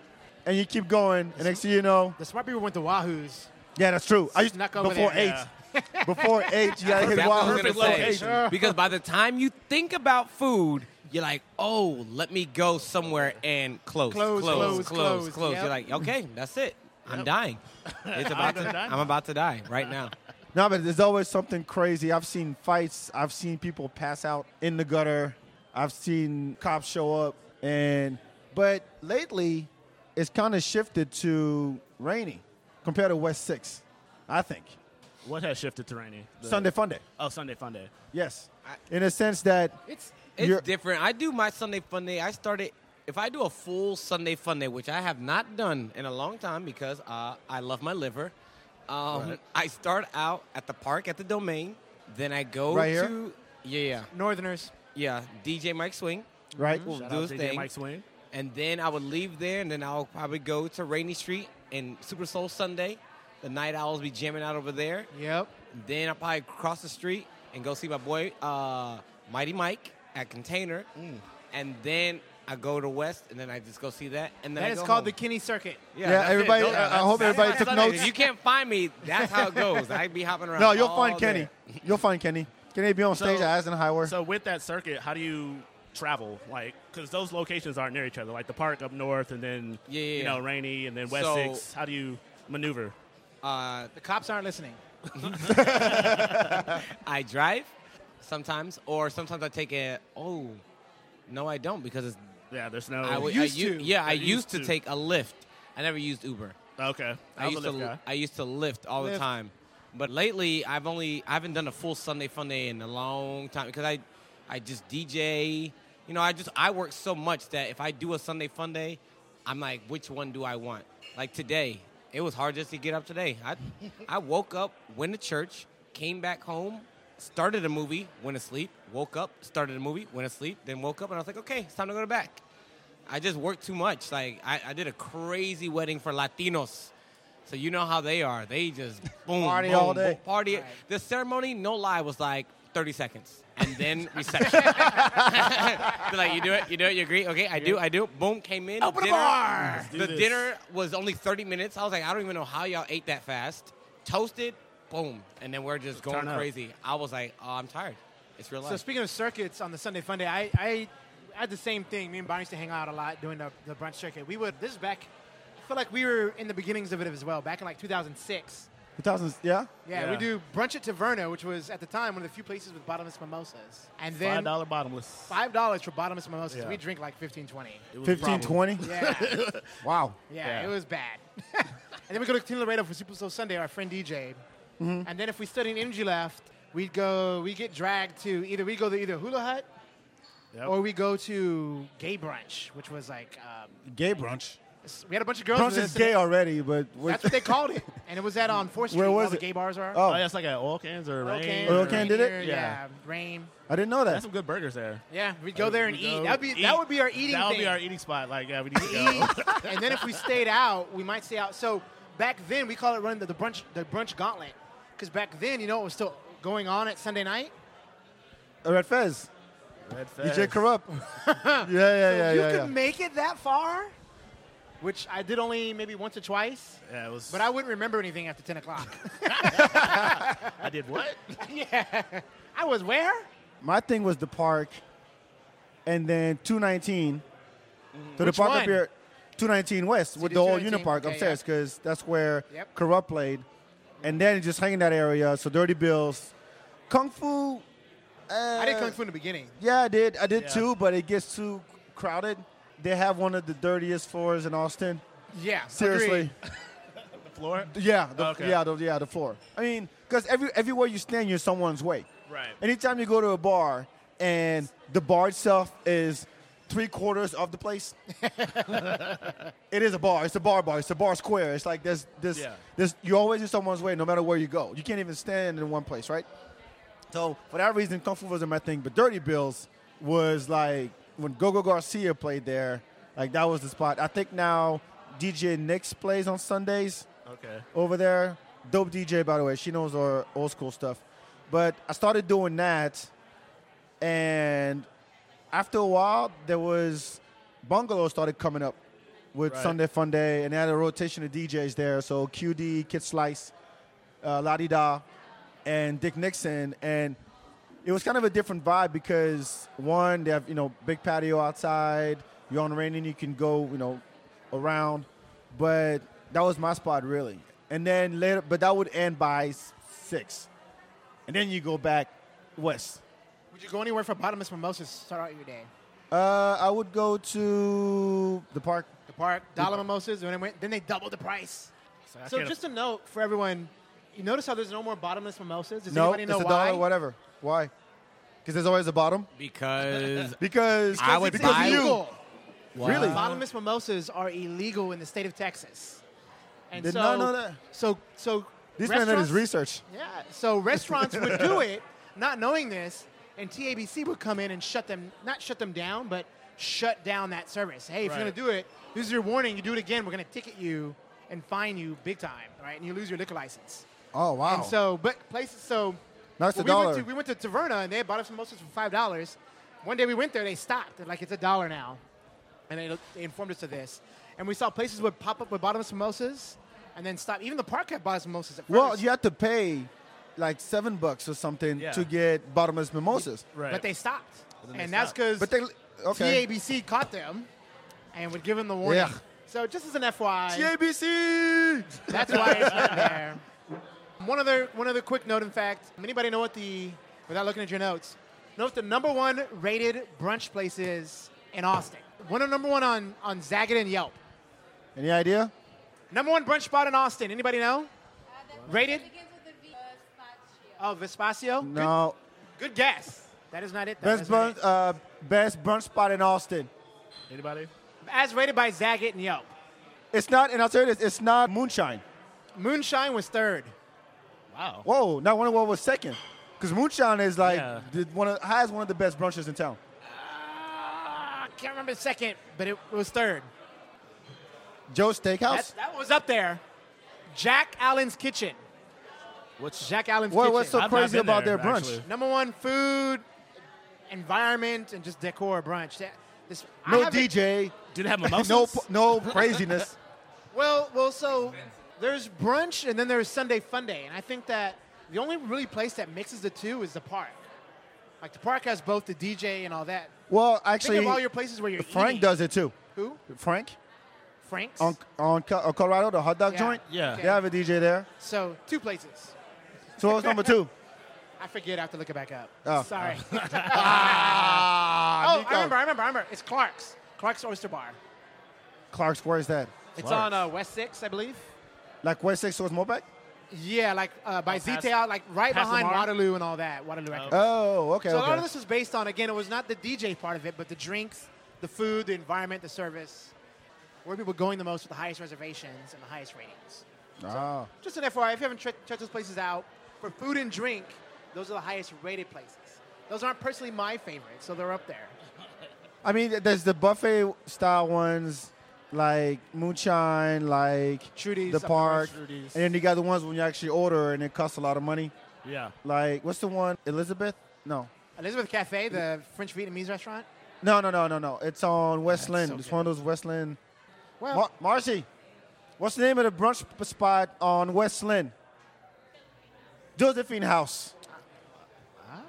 S2: and you keep going. And next thing you know,
S3: The smart people went to Wahoo's.
S2: yeah, that's true. I used
S3: Snuck over
S2: before eight.
S3: there,
S2: Before eight, you gotta hit
S5: That's what I
S2: wild
S5: was gonna
S2: perfect
S5: say.
S2: location.
S5: Because by the time you think about food, you're like, oh, let me go somewhere and close,
S3: Close,
S5: close, close,
S3: close,
S5: close.
S3: close. Yep.
S5: You're like, okay, that's it. I'm dying. It's about to,
S4: dying.
S5: I'm about to die right now.
S2: No, but there's always something crazy. I've seen fights. I've seen people pass out in the gutter. I've seen cops show up. And but lately, it's kind of shifted to rainy compared to West Six. I think
S4: What has shifted to rainy? The-
S2: Sunday Funday.
S4: Oh, Sunday fun day.
S2: Yes, in a sense that
S5: It's it's
S2: You're-
S5: different. I do my Sunday fun day. I started if I do a full Sunday fun day, which I have not done in a long time because uh, I love my liver. Um, I start out at the park at the domain, then I go
S2: Right here?
S5: to yeah
S3: Northerners.
S5: yeah yeah DJ Mike Swing.
S2: right.
S5: We'll
S4: Shout
S5: do
S4: out
S5: his
S4: to DJ
S5: thing,
S4: Mike Swing.
S5: and then I would leave there, and then I'll probably go to Rainy Street and Super Soul Sunday. The Night Owls be jamming out over there.
S3: Yep.
S5: Then I'll probably cross the street and go see my boy uh, Mighty Mike at Container.
S2: Mm.
S5: And then I go to West, and then I just go see that. And then
S3: That
S5: I
S3: is
S5: go
S3: called
S5: home.
S3: the Kinney Circuit.
S2: Yeah,
S5: that's it.
S2: everybody. uh,
S5: Those-
S2: I I hope everybody took
S5: Sunday. If
S2: notes.
S5: you can't find me, that's how it goes. I'd be hopping around.
S2: No, you'll
S5: all
S2: find
S5: there.
S2: Kenny. You'll find Kenny. Kenny be on
S4: So-
S2: stage at Eisenhower.
S4: So with that circuit, how do you travel? Like, because those locations aren't near each other. Like the park up north, and then
S5: Yeah, yeah,
S4: you know
S5: yeah.
S4: rainy, and then West
S5: So-
S4: Six. How do you maneuver?
S5: Uh,
S3: The cops aren't listening.
S5: I drive sometimes, or sometimes I take a. Oh, no, I don't because it's.
S4: Yeah, there's
S2: Oh,
S4: no.
S5: I would- I
S3: used
S5: u-
S3: to.
S5: Yeah, I
S4: You're
S5: used,
S4: used
S5: to,
S4: to.
S5: take a Lyft. I never used Uber.
S4: okay,
S5: I
S4: was a
S5: used to
S4: lift guy.
S5: I used to lift all
S3: Lyft.
S5: the time, but lately I've only I haven't done a full Sunday fun day in a long time because I I just DJ. You know, I just I work so much that if I do a Sunday fun day, I'm like, which one do I want? Like today, it was hard just to get up today. I I woke up, went to church, came back home, started a movie, went to sleep, woke up, started a movie, went to sleep, then woke up and I was like, okay, it's time to go to back. I just worked too much. Like I, I did a crazy wedding for Latinos. So you know how they are. They just boom,
S2: Party
S5: boom,
S2: all day.
S5: boom, party. The ceremony, no lie, was like 30 seconds, and then reception. They're like, you do it, you do it, you agree? Okay, I do, I do. Boom, came in. Open dinner, bar.
S4: do
S5: The
S4: this.
S5: dinner was only 30 minutes. I was like, I don't even know how y'all ate that fast. Toasted, boom, and then we're just going
S4: Turn up.
S5: crazy. I was like, oh, I'm tired. It's real life.
S3: So speaking of circuits on the Sunday Funday, I, I I had the same thing. Me and Bonnie used to hang out a lot doing the, the brunch circuit. We would this is back. I feel like we were in the beginnings of it as well. Back in like 2006.
S2: 2000, yeah.
S3: Yeah,
S4: Yeah.
S3: we do brunch at Taverna, which was at the time one of the few places with bottomless mimosas. And
S4: Five
S3: then
S4: dollar bottomless.
S3: five dollars for bottomless mimosas.
S4: Yeah.
S3: We drink like 15, 20.
S4: It was a
S2: 15,
S4: problem.
S2: 20.
S3: Yeah, yeah,
S2: Wow.
S4: Yeah.
S3: it was bad. and then we go to Tina Laredo for Super Soul Sunday, our friend DJ.
S2: Mm-hmm.
S3: And then if we studied energy left, we'd go. We get dragged to either we go to either Hula Hut
S4: Yep.
S3: or we go to gay brunch, which was like um,
S2: Gay brunch.
S3: s- we had a bunch of girls.
S2: Brunch
S3: with
S2: is
S3: us, and
S2: gay already, but we're-
S3: That's what they called it, and it was at on Fourth Street.
S2: Where was
S3: all the
S2: it?
S3: gay bars are.
S2: Oh.
S4: Oh, that's like at oil cans or
S3: Oil
S4: rain.
S3: Can,
S4: or-
S2: Oil Can did it?
S3: Rainier,
S4: Yeah.
S3: Yeah. rain.
S2: I didn't know
S4: That's
S2: that.
S4: some good burgers there.
S3: Yeah, we'd go there and
S4: We
S3: eat.
S4: go
S3: That'd be that would be our eating.
S4: That would
S3: thing.
S4: be our eating spot. Like, yeah, we need to go.
S3: eat. and then if we stayed out, we might stay out. So back then we call it running the, the brunch the brunch gauntlet because back then you know what was still going on at Sunday night.
S2: Oh, Red Fez.
S4: Red
S2: DJ
S4: Fest.
S2: Corrupt. yeah, yeah, yeah,
S3: you
S2: yeah.
S3: could
S2: yeah.
S3: make it that far, which I did only maybe once or twice.
S4: Yeah, it was.
S3: But I wouldn't remember anything after ten o'clock.
S4: I did what?
S3: yeah, I was where?
S2: My thing was the park, and then 219 to the
S3: Which
S2: park
S3: one?
S2: up here, 219 West with
S3: CD
S2: the whole
S3: 219?
S2: Unipark
S3: Yeah, yeah.
S2: upstairs because that's where
S3: Yep.
S2: Corrupt played, and then just hanging that area. So Dirty Bills, Kung Fu. Uh,
S3: I did kung fu in the beginning.
S2: Yeah, I did. I did
S4: Yeah.
S2: too, but it gets too crowded. They have one of the dirtiest floors in Austin.
S3: Yeah,
S2: Seriously,
S4: floor?
S2: Yeah, the,
S4: Okay.
S2: yeah, the, yeah, the floor. I mean, because every everywhere you stand, you're someone's way.
S4: Right.
S2: Anytime you go to a bar and the bar itself is three quarters of the place, it is a bar. It's a bar bar. It's a bar square. It's like there's this
S4: Yeah.
S2: this you're always in someone's way, no matter where you go. You can't even stand in one place, right? So for that reason, Kung Fu wasn't my thing. But Dirty Bills was like when Gogo Garcia played there, like that was the spot. I think now DJ Nix plays on Sundays
S4: Okay.
S2: over there. Dope DJ, by the way. She knows our old school stuff. But I started doing that, and after a while, there was Bungalow started coming up with
S4: Right.
S2: Sunday Fun Day, and they had a rotation of DJs there. So QD, Kid Slice, uh, La Di Da, and Dick Nixon, and it was kind of a different vibe because one, they have you know big patio outside. You're on rain and you can go you know around, but that was my spot really. And then later, but that would end by s- six, and then you go back west.
S3: Would you go anywhere for bottomless mimosas to start out your day?
S2: Uh, I would go to the park.
S3: The park, dollar mimosas, and then, went, then they doubled the price.
S4: I
S3: So
S4: can't-
S3: just a note for everyone, you notice how there's no more bottomless mimosas? Does
S2: no,
S3: anybody know
S2: it's a
S3: why?
S2: dollar, whatever. Why? Because there's always a bottom.
S5: Because
S2: Because,
S5: I would
S2: because
S5: buy-
S2: of you.
S3: Illegal.
S2: Really?
S3: Bottomless mimosas are illegal in the state of Texas. And
S2: Did
S3: so,
S2: not know that.
S3: So, so
S2: This man did his
S3: restaurants-
S2: research.
S3: Yeah. So restaurants would do it, not knowing this, and TABC would come in and shut them, not shut them down, but shut down that service. Hey, if
S4: Right.
S3: you're going to do it, this is your warning. You do it again, we're going to ticket you and fine you big time, right? And you lose your liquor license.
S2: Oh wow!
S3: And so, but places, so
S2: Now it's a
S3: we
S2: dollar.
S3: Went to, we went to Taverna and they had bought us mimosas for five dollars. One day we went there, they stopped. They're like, it's a dollar now, and they, they informed us of this. And we saw places would pop up with bottomless mimosas, and then stop. Even the park had bottomless mimosas at first.
S2: Well, you had to pay like seven bucks or something
S4: Yeah.
S2: to get bottomless mimosas.
S4: Right.
S3: but they stopped,
S4: then
S3: and,
S4: they
S3: that's because
S4: stopped.
S2: But they okay.
S3: TABC caught them and would give them the warning.
S2: Yeah.
S3: So just as an FYI,
S2: TABC.
S3: That's why it's not there. One other, one other quick note, in fact. Anybody know what the, without looking at your notes, know what the number one rated brunch place is in Austin? One of number one on, on Zagat and Yelp.
S2: Any idea?
S3: Number one brunch spot in Austin. Anybody know? Rated?
S6: Rated? Begins with a V. Uh,
S3: Oh, Vespacio?
S2: No.
S3: Good, good guess. That is not it. though.
S2: Best
S3: That's not
S2: brunch, uh, best brunch spot in Austin.
S4: Anybody?
S3: it. As rated by Zagat and Yelp.
S2: It's not, and I'll tell you this: it's not moonshine.
S3: Moonshine was third.
S4: Wow.
S2: Whoa! Now I wonder what was second, because moonshine is like
S4: Yeah.
S2: the, one of, has one of the best brunches in town.
S3: Ah, I can't remember the second, but it, it was third.
S2: Joe's Steakhouse.
S3: That, that was up there. Jack Allen's Kitchen.
S4: What's
S3: Jack Allen's
S2: What-
S3: Kitchen.
S2: what's so
S4: I've not
S2: crazy
S4: been
S2: about
S4: there,
S2: their brunch?
S4: actually.
S3: Number one, food, environment, and just decor brunch. That- This, I
S2: No
S3: haven't-
S2: DJ.
S4: Did it have mimosas?
S2: No, p- no craziness.
S3: Well, well, so there's brunch and then there's Sunday Fun Day, and I think that the only really place that mixes the two is the park. Like the park has both the DJ and all that.
S2: Well,
S3: Think
S2: actually,
S3: of all your places where you're
S2: Frank
S3: eating.
S2: does it too.
S3: Who?
S2: Frank
S3: Frank's.
S2: on on, Co- on Colorado, the hot dog
S3: Yeah.
S2: joint.
S4: Yeah.
S2: They have a DJ there.
S3: So two places.
S2: So what was number two?
S3: I forget. I have to look it back up.
S2: Oh.
S3: Sorry.
S2: Ah,
S3: oh, I remember. I remember. I remember. It's Clark's. Clark's Oyster Bar.
S2: Clark's, where is that?
S3: It's on uh, West Six, I believe.
S2: Like West 6 was Mopac?
S3: Yeah, like uh, by
S4: Oh, past-
S3: ZTL, like right
S4: past
S3: behind
S4: Lamar?
S3: Waterloo and all that. Waterloo. Records.
S2: Oh, okay.
S3: so a lot
S2: okay.
S3: of this was based on again, it was not the DJ part of it, but the drinks, the food, the environment, the service. Where people going the most with the highest reservations and the highest ratings.
S2: Ah.
S3: Just an FYI, if you haven't checked, checked those places out, for food and drink, those are the highest rated places. Those aren't personally my favorites, so they're up there.
S2: I mean, there's the buffet style ones, like Moonshine, like
S3: Trudy's,
S2: the
S3: up
S2: park,
S3: north, Trudy's.
S2: and then you got the ones when you actually order and it costs a lot of money.
S4: Yeah.
S2: Like what's the one? Elizabeth? No,
S3: Elizabeth Cafe, the French Vietnamese restaurant.
S2: no, no, no, no, no. It's on West Lynn.
S3: so
S2: it's
S3: good.
S2: one of those West Lynn.
S3: Well,
S2: Mar- Marcy, what's the name of the brunch p- spot on West Lynn? Josephine House.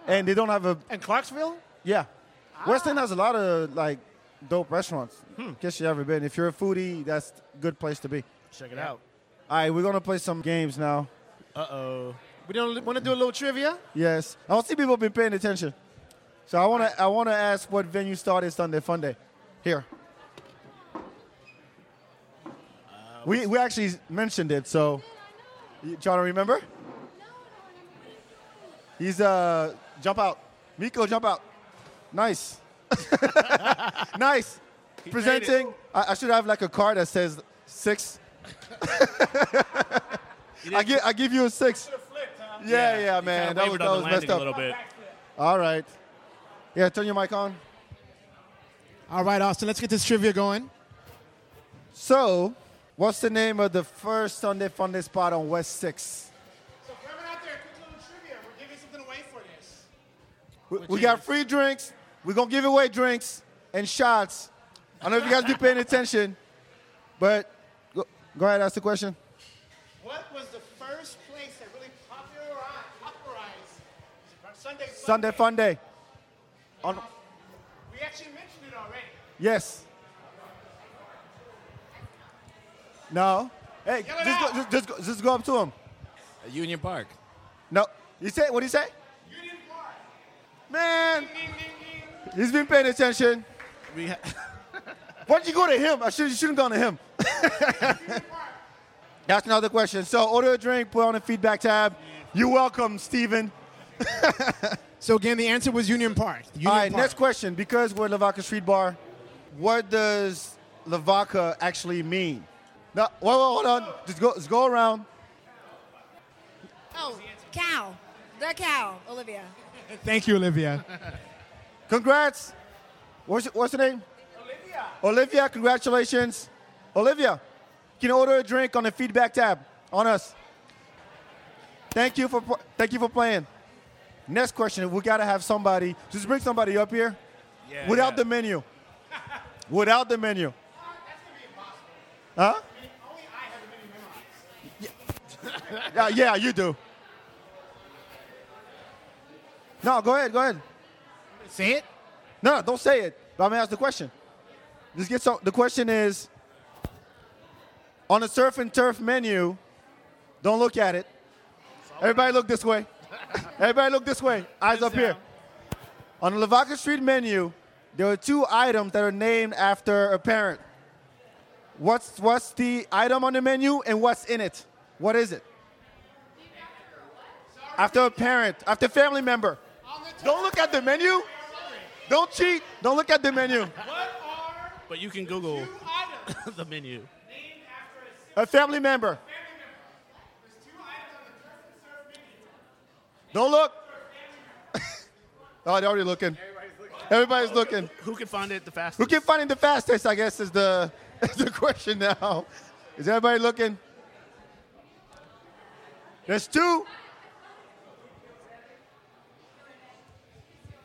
S2: And they don't have a
S3: and Clarksville?
S2: Yeah. West End has a lot of like dope restaurants. Guess you ever been. If you're a foodie, that's a good place to be.
S4: Check it out.
S2: All right, we're gonna play some games now.
S4: Uh oh.
S3: We don't want to do a little trivia?
S2: Yes, I don't see people been paying attention. So I wanna I wanna ask what
S4: Uh,
S2: venue started Sunday Fun Day. Here, We, we actually mentioned it, so. You trying to remember? He's uh jump out. Miko jump out. Nice. nice. Presenting. I, I should have like a card that says six. I give I give you a six. Yeah, yeah, man. That was, that was messed
S4: a little
S2: up.
S4: bit.
S2: All right. Yeah, turn your mic on.
S3: All right, Austin, let's get this trivia going.
S2: So, what's the name of the first Sunday Funday spot on West Six?
S3: So coming out there, quick little trivia. We're giving something away for this.
S2: We, we got free drinks. We're gonna give away drinks and shots. I don't know if you guys be paying attention, but go, go ahead ask the question.
S3: What was the first place that really popularized, popularized Sunday Funday?
S2: Sunday Fun Day.
S3: We actually mentioned it already.
S2: Yes. No. Hey,
S3: it
S2: just go,
S3: out.
S2: just, just, go, just go up to him.
S5: Union Park.
S2: No. You say what do you say?
S3: Union Park.
S2: Man,
S3: Ding, ding, ding.
S2: he's been paying attention.
S4: We ha-
S2: Why'd you go to him? I should you shouldn't gone to him. That's another question. So order a drink, put on the feedback tab. You're welcome, Steven.
S3: So again, the answer was Union Park. Union
S2: All right,
S3: Park.
S2: next question. Because we're Lavaca Street Bar, what does Lavaca actually mean? No, whoa, whoa, hold on. Just go, just go around.
S6: Oh, cow. The cow, Olivia.
S3: Thank you, Olivia.
S2: Congrats. What's, what's her name? Olivia. Olivia, congratulations. Olivia, you can order a drink on the feedback tab on us. Thank you for thank you for playing. Next question. We gotta have somebody. Just bring somebody up here.
S4: yeah,
S2: Without
S4: yeah.
S2: the menu. Without the menu. Huh? Yeah, yeah, you do. No, go ahead, go ahead.
S3: Say it.
S2: No, no, don't say it. But I'm gonna ask the question. Just get some. The question is, on the surf and turf menu, don't look at it. Everybody look this way. Everybody look this way. Eyes up here. On the Lavaca Street menu, there are two items that are named after a parent. What's what's the item on the menu and what's in it? What is it? After a parent, after a family member. Don't look at the menu. Don't cheat. Don't look at the menu.
S4: But you can Google the menu.
S2: A family member. Don't look. oh, they're already looking. Everybody's looking.
S4: Who can find it the fastest?
S2: Who can find it the fastest? I guess is the is the question now. Is everybody looking? There's two.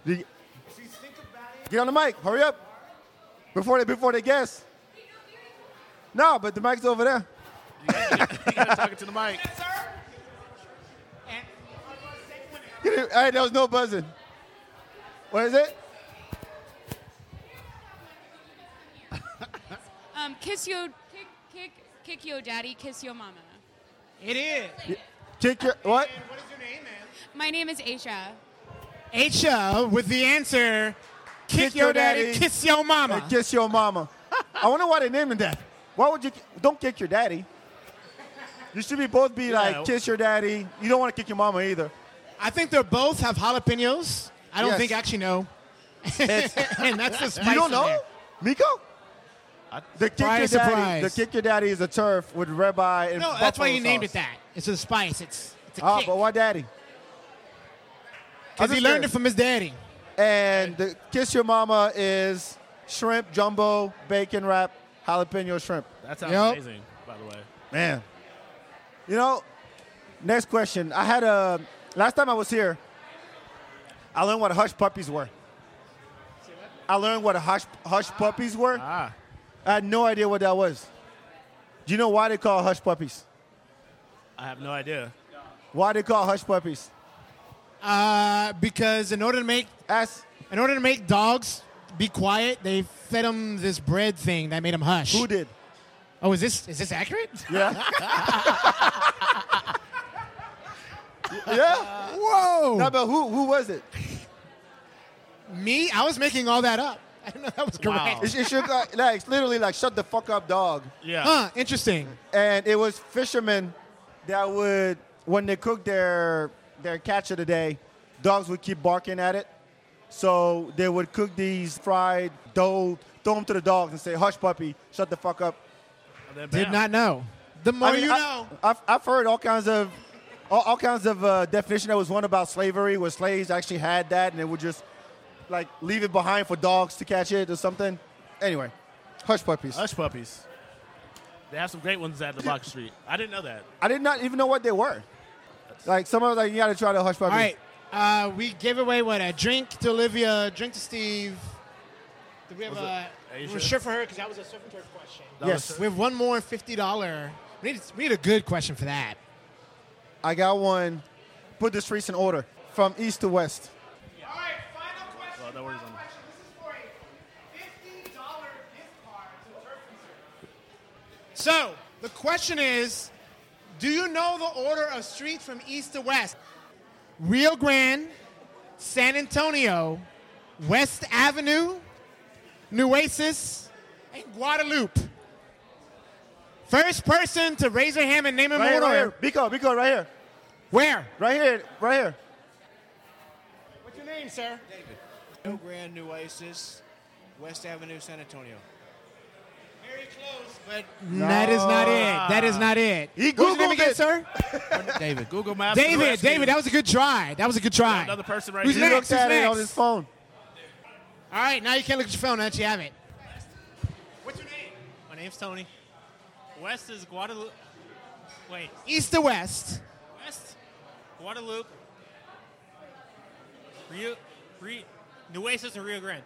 S2: The- get on the mic. Hurry up. Before they before they guess. No, but the mic's over there.
S4: talk it to the mic?
S2: Get it- Hey, there was no buzzing. What is it?
S7: Um, kiss your kick, kick, kick your daddy, kiss your mama.
S3: It is.
S2: Kick your what?
S3: What is your name, man?
S7: My name is Aisha.
S3: Aisha with the answer. Kick,
S2: Kick
S3: your,
S2: your
S3: daddy,
S2: daddy.
S3: kiss your mama.
S2: Hey, kiss your mama. I wonder why they named it that. Why would you don't kick your daddy? You should be both be
S4: Yeah.
S2: like kiss your daddy. You don't want to kick your mama either.
S3: I think they both have jalapenos. I don't
S2: Yes.
S3: think I actually know. and that's the spice.
S2: You don't
S3: in
S2: know,
S3: there.
S2: Miko? The kick
S3: Surprise,
S2: your daddy.
S3: surprise.
S2: The kick your daddy is a turf with ribeye and
S3: No, that's
S2: buffalo
S3: why you named it
S2: sauce.
S3: that. It's a spice. It's it's a
S2: Ah,
S3: kick.
S2: but why daddy? I'm
S3: Because he
S2: just
S3: learned
S2: curious.
S3: it from his daddy.
S2: And the kiss your mama is shrimp jumbo bacon wrap jalapeno shrimp.
S4: That sounds
S3: Yep.
S4: amazing, by the way.
S2: Man. You know, next question. I had a last time I was here, I learned what hush puppies were. I learned what hush hush puppies were.
S4: Ah.
S2: I had no idea what that was. Do you know why they call hush puppies?
S4: I have no idea.
S2: Why they call hush puppies?
S3: Uh, because in order to make
S2: Ask
S3: in order to make dogs be quiet, they fed them this bread thing that made them hush.
S2: who did.
S3: Oh, is this is this accurate?
S2: Yeah. yeah.
S3: Whoa!
S2: No, but who who was it?
S3: Me, I was making all that up.
S8: I didn't know that was
S4: Wow.
S8: correct.
S2: It, it should like, like it's literally like shut the fuck up, dog.
S4: Yeah.
S8: Huh, interesting.
S2: And it was fishermen that would when they cooked their their catch of the day, dogs would keep barking at it. So they would cook these fried dough, throw them to the dogs and say, "Hush, puppy, shut the fuck up."
S4: And then
S8: Did
S4: bam.
S8: not know. The more
S2: I mean,
S8: you
S2: I-
S8: know.
S2: I've, I've heard all kinds of all, all kinds of uh, definition. There was one about slavery where slaves actually had that and they would just like leave it behind for dogs to catch it or something. Anyway, hush puppies.
S4: Hush puppies. They have some great ones at the Block Street. I didn't know that.
S2: I did not even know what they were. Like someone was like, "You got to try the hush
S8: All
S2: puppies."
S8: right. Uh, we gave away what a drink to Olivia, drink to Steve. Did we have
S4: Was
S8: a,
S4: it Asia?
S8: we were sure for her because that was a surf and turf question.
S4: That
S2: Yes.
S4: was-
S8: We have one more fifty dollar. We need we need a good question for that.
S2: I got one. Put the streets in order from east to west.
S8: All right, final question.
S4: Well, that works on-
S8: This is for a fifty dollar gift card to Turf So the question is, do you know the order of streets from east to west? Rio Grande, San Antonio, West Avenue, Nueces, and Guadalupe. First person to raise their hand and name an
S2: Right here,
S8: order.
S2: right here. Biko, Biko, right here,
S8: Where?
S2: right here, right here.
S8: What's your name, sir?
S1: Rio Grande, Nueces, West Avenue, San Antonio.
S8: Very close, but that is not it. That is not it.
S2: He
S8: What's your name
S2: Googled
S8: again,
S2: it.
S8: sir?
S1: David.
S4: Google Maps. is
S8: David.
S4: rescue.
S8: David, that was a good try. That was a good try.
S4: another person right
S8: Who's
S2: He
S4: here.
S8: Next,
S2: looked at
S8: who's
S2: it on
S8: next?
S2: his phone.
S8: All right, now you can't look at your phone. Now that you have it. What's your name?
S1: My name's Tony. West is Guadalupe. Wait,
S8: East to west.
S1: West, Guadalupe, Rio, Rio, Nueces, and Rio Grande.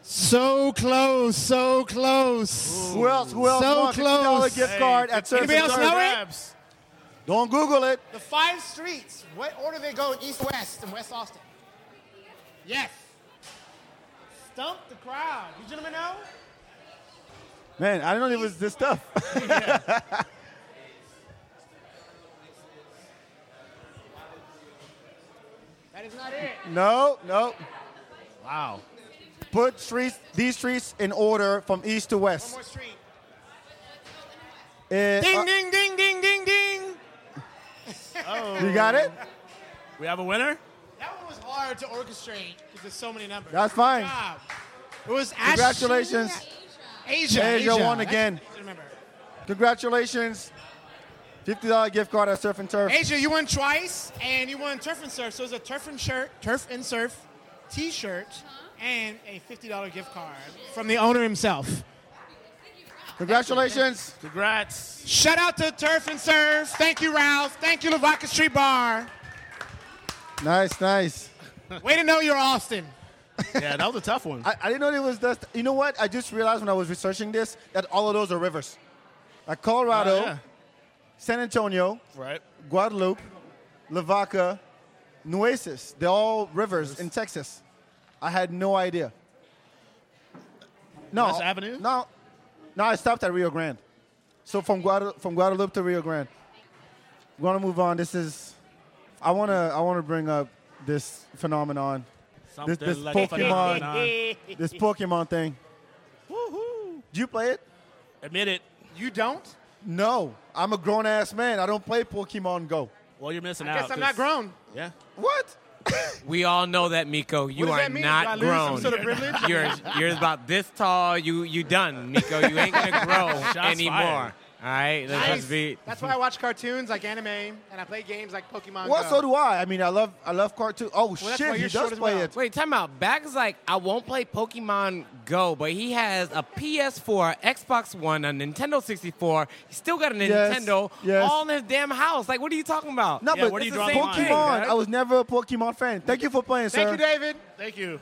S8: So close. So close.
S2: Who else? Who else?
S8: So
S2: won a $50
S8: close.
S2: gift card at Surf
S8: Anybody
S2: and
S8: else
S2: Turf?
S8: know it?
S4: Grabs.
S2: Don't Google it.
S8: The five streets. What order they go in east west and west Austin? Yes. Stump the crowd. You gentlemen know?
S2: Man, I didn't know it was this stuff.
S8: That is not it.
S2: no, no.
S4: Wow.
S2: Put streets, these streets in order from east to
S8: One
S2: west.
S8: more street.
S2: Eh,
S8: Ding,
S2: uh,
S8: ding, ding, ding, ding, ding.
S2: uh, you got it?
S4: We have a winner.
S8: That one was hard to orchestrate because there's so many numbers.
S2: That's fine.
S8: Good job. It was Ash-
S2: Congratulations.
S8: Asia.
S2: Asia
S8: Asia
S2: won
S8: That's
S2: again.
S8: easy to remember.
S2: Congratulations. $50 gift card at Surf and Turf.
S8: Asia, you won twice, and you won turf and surf. So it's a turf and shirt, turf and surf T-shirt, and a fifty dollar gift card from the owner himself.
S2: Congratulations.
S4: Congrats.
S8: Shout out to Turf and Surf. Thank you, Ralph. Thank you, Lavaca Street Bar.
S2: Nice, nice.
S8: Way to know you're Austin.
S4: Yeah, that was a tough one.
S2: I, I didn't know it was that. You know what? I just realized when I was researching this that all of those are rivers. Like Colorado,
S4: Oh, yeah.
S2: San Antonio,
S4: Right.
S2: Guadalupe, Lavaca, Nueces. They're all rivers in Texas. I had no idea. No.
S4: West Avenue?
S2: No. No, I stopped at Rio Grande. So from, Guada- from Guadalupe to Rio Grande. We're going to move on. This is. I want to I wanna bring up this phenomenon. This, this Pokemon, this Pokemon thing.
S4: Woohoo.
S2: Do you play it?
S4: Admit it.
S8: You don't?
S2: No, I'm a grown ass man. I don't play Pokemon Go.
S4: Well, you're missing
S8: I
S4: out.
S8: guess I'm
S4: 'cause-
S8: not grown.
S4: Yeah.
S2: What?
S5: We all know that, Miko. You
S8: does
S5: are
S8: that mean? Do I
S5: not
S8: lose some
S5: grown.
S8: sort of privilege?
S5: you're you're about this tall. You you done, Miko. You ain't gonna grow
S4: Shots
S5: anymore.
S4: fired.
S5: All right, let's
S8: Nice.
S5: just be.
S8: That's why I watch cartoons like anime, and I play games like Pokemon.
S2: Well,
S8: Go.
S2: so do I. I mean, I love I love cartoon. Oh
S8: that's why
S2: shit, he
S8: you're short
S2: does
S8: as
S2: play
S8: well.
S2: it.
S5: Wait, time out. Bag's like, I won't play Pokemon Go, but he has a PS4, Xbox One, a Nintendo 64. He's still got a
S2: Yes,
S5: Nintendo
S2: yes.
S5: all in his damn house. Like, what are you talking about?
S2: No,
S4: Yeah,
S2: but
S4: where do you
S5: It's the
S4: draw the
S5: same
S4: line?
S5: thing,
S2: Pokemon.
S5: man.
S2: I was never a Pokemon fan. Thank you for playing,
S8: Thank
S2: sir.
S8: you, David.
S4: Thank you.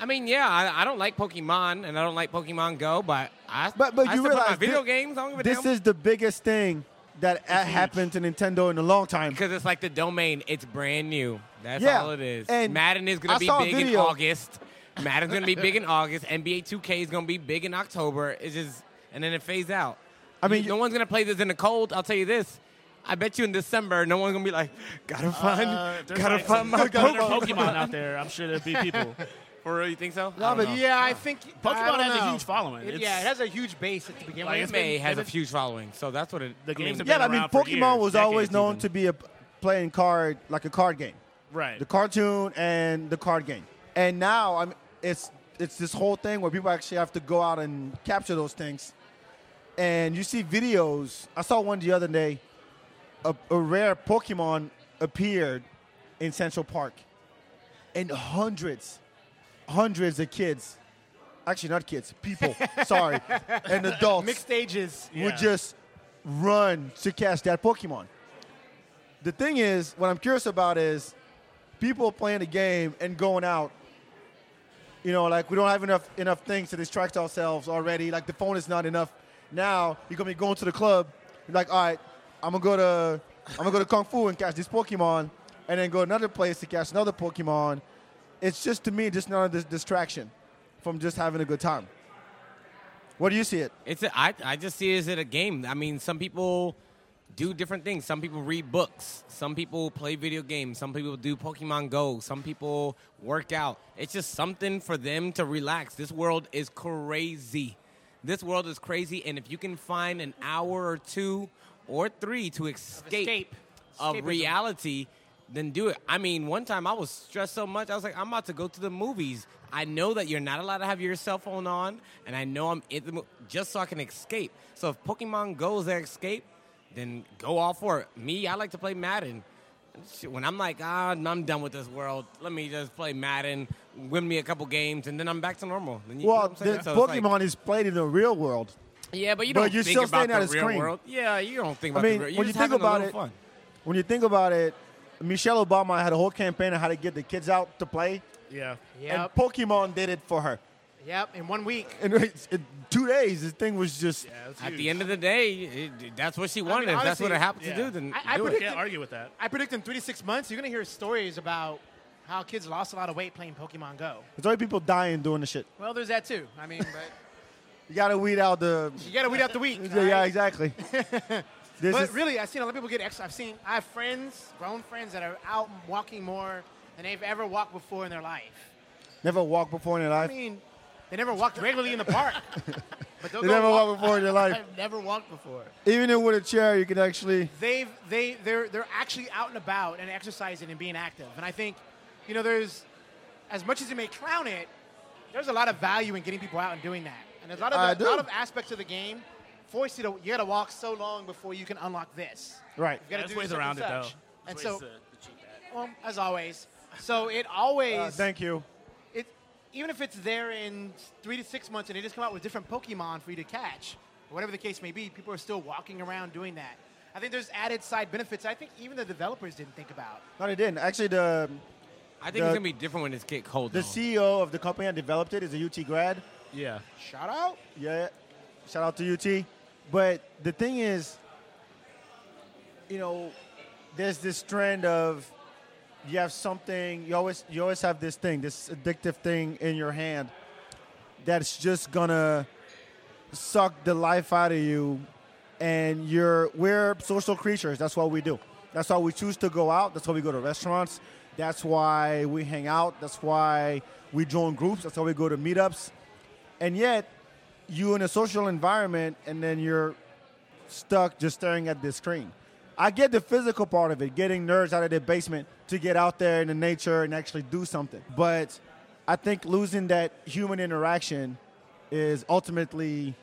S5: I mean, yeah, I, I don't like Pokemon and I don't like Pokemon Go, but I
S2: But but
S5: I
S2: you
S5: still play
S2: realize
S5: my video
S2: thi-
S5: games. I don't give a
S2: this
S5: damn.
S2: is the biggest thing that a- happened to Nintendo in a long time.
S5: because it's like the domain. It's brand new. That's
S2: Yeah,
S5: all it is.
S2: and
S5: Madden is
S2: I
S5: gonna be
S2: saw a
S5: big in
S2: video.
S5: August. Madden's gonna be big in August. NBA 2K is gonna be big in October. It's just and then it fades out.
S2: I mean,
S5: no one's gonna play this in the cold. I'll tell you this. I bet you in December, no one's gonna be like, gotta find,
S4: Uh, there's
S5: gotta
S4: like some
S5: find my
S4: better
S5: Pokemon.
S4: Pokemon out there. I'm sure there'd be people.
S5: For real, you think so?
S3: No, but yeah, I think I
S4: Pokemon
S3: don't
S4: has a
S3: know.
S4: huge following.
S3: It-
S4: It's-
S3: yeah, it has a huge base at the beginning.
S4: Like,
S5: Anime
S4: it's been-
S5: has a
S4: it's-
S5: huge following, so that's what it.
S4: The
S5: I mean,
S4: games have
S2: Yeah,
S4: been
S2: I mean,
S4: around for
S2: Pokemon
S4: years,
S2: was always
S4: decades
S2: known
S4: even.
S2: to be a playing card like a card game,
S4: right.
S2: the cartoon and the card game. And now I'm it's it's this whole thing where people actually have to go out and capture those things. And you see videos. I saw one the other day. A, a rare Pokemon appeared in Central Park, and hundreds, hundreds of kids. Actually, not kids. People. sorry, and adults
S3: Mixed stages.
S2: would
S4: Yeah.
S2: just run to catch that Pokemon. The thing is, what I'm curious about is people playing the game and going out. You know, like we don't have enough enough things to distract ourselves already. Like the phone is not enough. Now you're gonna be going to the club. You're like, all right, I'm gonna go to I'm gonna go to Kung Fu and catch this Pokemon, and then go another place to catch another Pokemon. It's just to me just another dis- distraction from just having a good time. What do you see it?
S5: It's a, I, I just see it as a game. I mean, some people do different things. Some people read books. Some people play video games. Some people do Pokemon Go. Some people work out. It's just something for them to relax. This world is crazy. This world is crazy, and if you can find an hour or two or three to escape,
S3: escape.
S5: of
S3: Escapism.
S5: reality, then do it. I mean, one time I was stressed so much, I was like, I'm about to go to the movies. I know that you're not allowed to have your cell phone on, and I know I'm in the mo- just so I can escape. So if Pokemon goes their escape, then go all for it. Me, I like to play Madden. Shit, When I'm like, ah, I'm done with this world. Let me just play Madden, win me a couple games, and then I'm back to normal. Then you, you know
S2: Well,
S5: what I'm saying?
S2: the
S5: So it's like-
S2: Pokemon is played in the real world.
S5: yeah, but you
S2: but
S5: don't
S2: you're
S5: think
S2: still
S5: about
S2: staying at
S5: the
S2: a
S5: real
S2: screen.
S5: world. Yeah, you don't think
S2: I
S5: about
S2: mean,
S5: the real.
S2: when
S5: you're
S2: you
S5: just
S2: think
S5: having a
S2: about
S5: little
S2: it,
S5: fun.
S2: when you think about it, Michelle Obama had a whole campaign on how to get the kids out to play,
S4: yeah.
S3: Yep.
S2: and Pokemon did it for her.
S3: Yep. In one week.
S2: And it's- in two days, this thing was just.
S4: Yeah, it's
S5: At
S4: huge.
S5: the end of the day, it, that's what she wanted. if that's
S3: honestly,
S5: what it happened to
S4: yeah.
S5: do, then
S3: I- I
S5: do
S3: put
S5: it.
S4: can't argue with that.
S3: I predict in three to six months, you're gonna hear stories about how kids lost a lot of weight playing Pokemon Go.
S2: There's already people dying doing the shit.
S3: Well, there's that too. I mean, but
S2: You gotta weed out the.
S3: you gotta weed out the weak.
S2: Yeah,
S3: alright?
S2: exactly. this
S3: But
S2: is,
S3: really, I've seen a lot of people get extra. I've seen I have friends, grown friends, that are out walking more than they've ever walked before in their life.
S2: never walked before in their
S3: I
S2: life.
S3: mean, they never walked regularly in the park. But they'll
S2: They
S3: go
S2: never
S3: walk-
S2: walked before in their life.
S3: I've never walked before.
S2: Even in with a chair, you can actually.
S3: they've they they're they're actually out and about and exercising and being active. And I think, you know, there's as much as you may clown it, there's a lot of value in getting people out and doing that. And there's a lot
S2: I
S3: of a
S2: do.
S3: lot of aspects of the game force you to you got to walk so long before you can unlock this.
S2: Right.
S3: You got
S4: There's ways around it though.
S3: And
S4: There's
S3: so,
S4: ways to- to cheat that.
S3: well, as always, so it always
S2: Uh, thank you.
S3: it, even if it's there in three to six months and they just come out with different Pokemon for you to catch, or whatever the case may be, people are still walking around doing that. I think there's added side benefits. I think even the developers didn't think about.
S2: No, they didn't. Actually, the
S5: I think
S2: the-
S5: it's gonna be different when it's get cold.
S2: the
S5: though.
S2: CEO of the company that developed it is a UT grad.
S4: Yeah.
S3: Shout out.
S2: Yeah. Shout out to UT. But the thing is, you know, there's this trend of you have something, you always you always have this thing, this addictive thing in your hand that's just gonna suck the life out of you and you're we're social creatures. That's what we do. That's why we choose to go out. That's why we go to restaurants. That's why we hang out. That's why we join groups. That's why we go to meetups. And yet, you in a social environment and then you're stuck just staring at this screen. I get the physical part of it, getting nerds out of their basement to get out there in the nature and actually do something. But I think losing that human interaction is ultimately,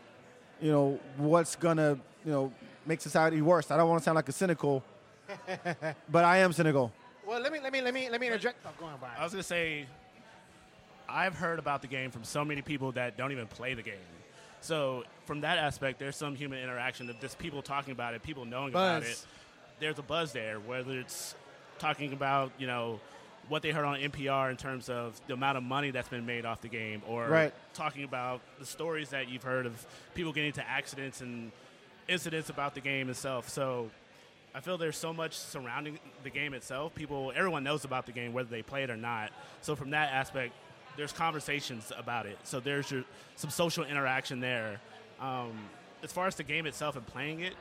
S2: you know, what's gonna, you know, make society worse. I don't want to sound like a cynical, but I am cynical.
S3: Well, let me let me let me let me interject. Oh, go on, Brian.
S4: I was gonna say, I've heard about the game from so many people that don't even play the game. So from that aspect, there's some human interaction of just people talking about it, people knowing about
S3: Buzz.
S4: it. There's a buzz there, whether it's talking about you know what they heard on NPR in terms of the amount of money that's been made off the game, or
S2: Right.
S4: talking about the stories that you've heard of people getting into accidents and incidents about the game itself. So I feel there's so much surrounding the game itself. People, everyone knows about the game, whether they play it or not. So from that aspect, there's conversations about it. So there's your, some social interaction there. Um, as far as the game itself and playing it,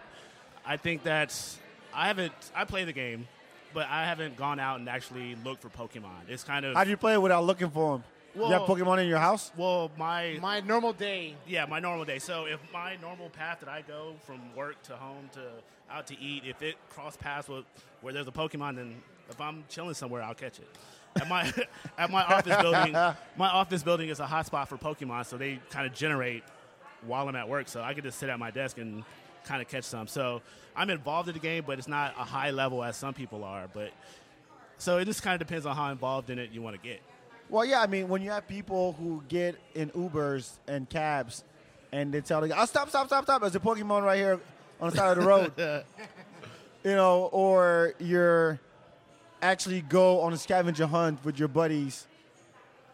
S4: I think that's I haven't. I play the game, but I haven't gone out and actually looked for Pokemon. It's kind of
S2: How do you play it without looking for them?
S4: Well,
S2: you have Pokemon in your house?
S4: Well, my,
S3: My normal day.
S4: yeah, my normal day. So if my normal path that I go from work to home to out to eat, if it cross paths with where there's a Pokemon, then if I'm chilling somewhere, I'll catch it. At my at my office building, my office building is a hotspot for Pokemon, so they kind of generate while I'm at work. So I could just sit at my desk and kind of catch some. So I'm involved in the game, but it's not a high level as some people are. But so it just kind of depends on how involved in it you want to get.
S2: Well, yeah, I mean, when you have people who get in Ubers and cabs and they tell the guy, oh, stop, stop, stop, stop, there's a Pokemon right here on the side of the road. you know, or you're actually go on a scavenger hunt with your buddies,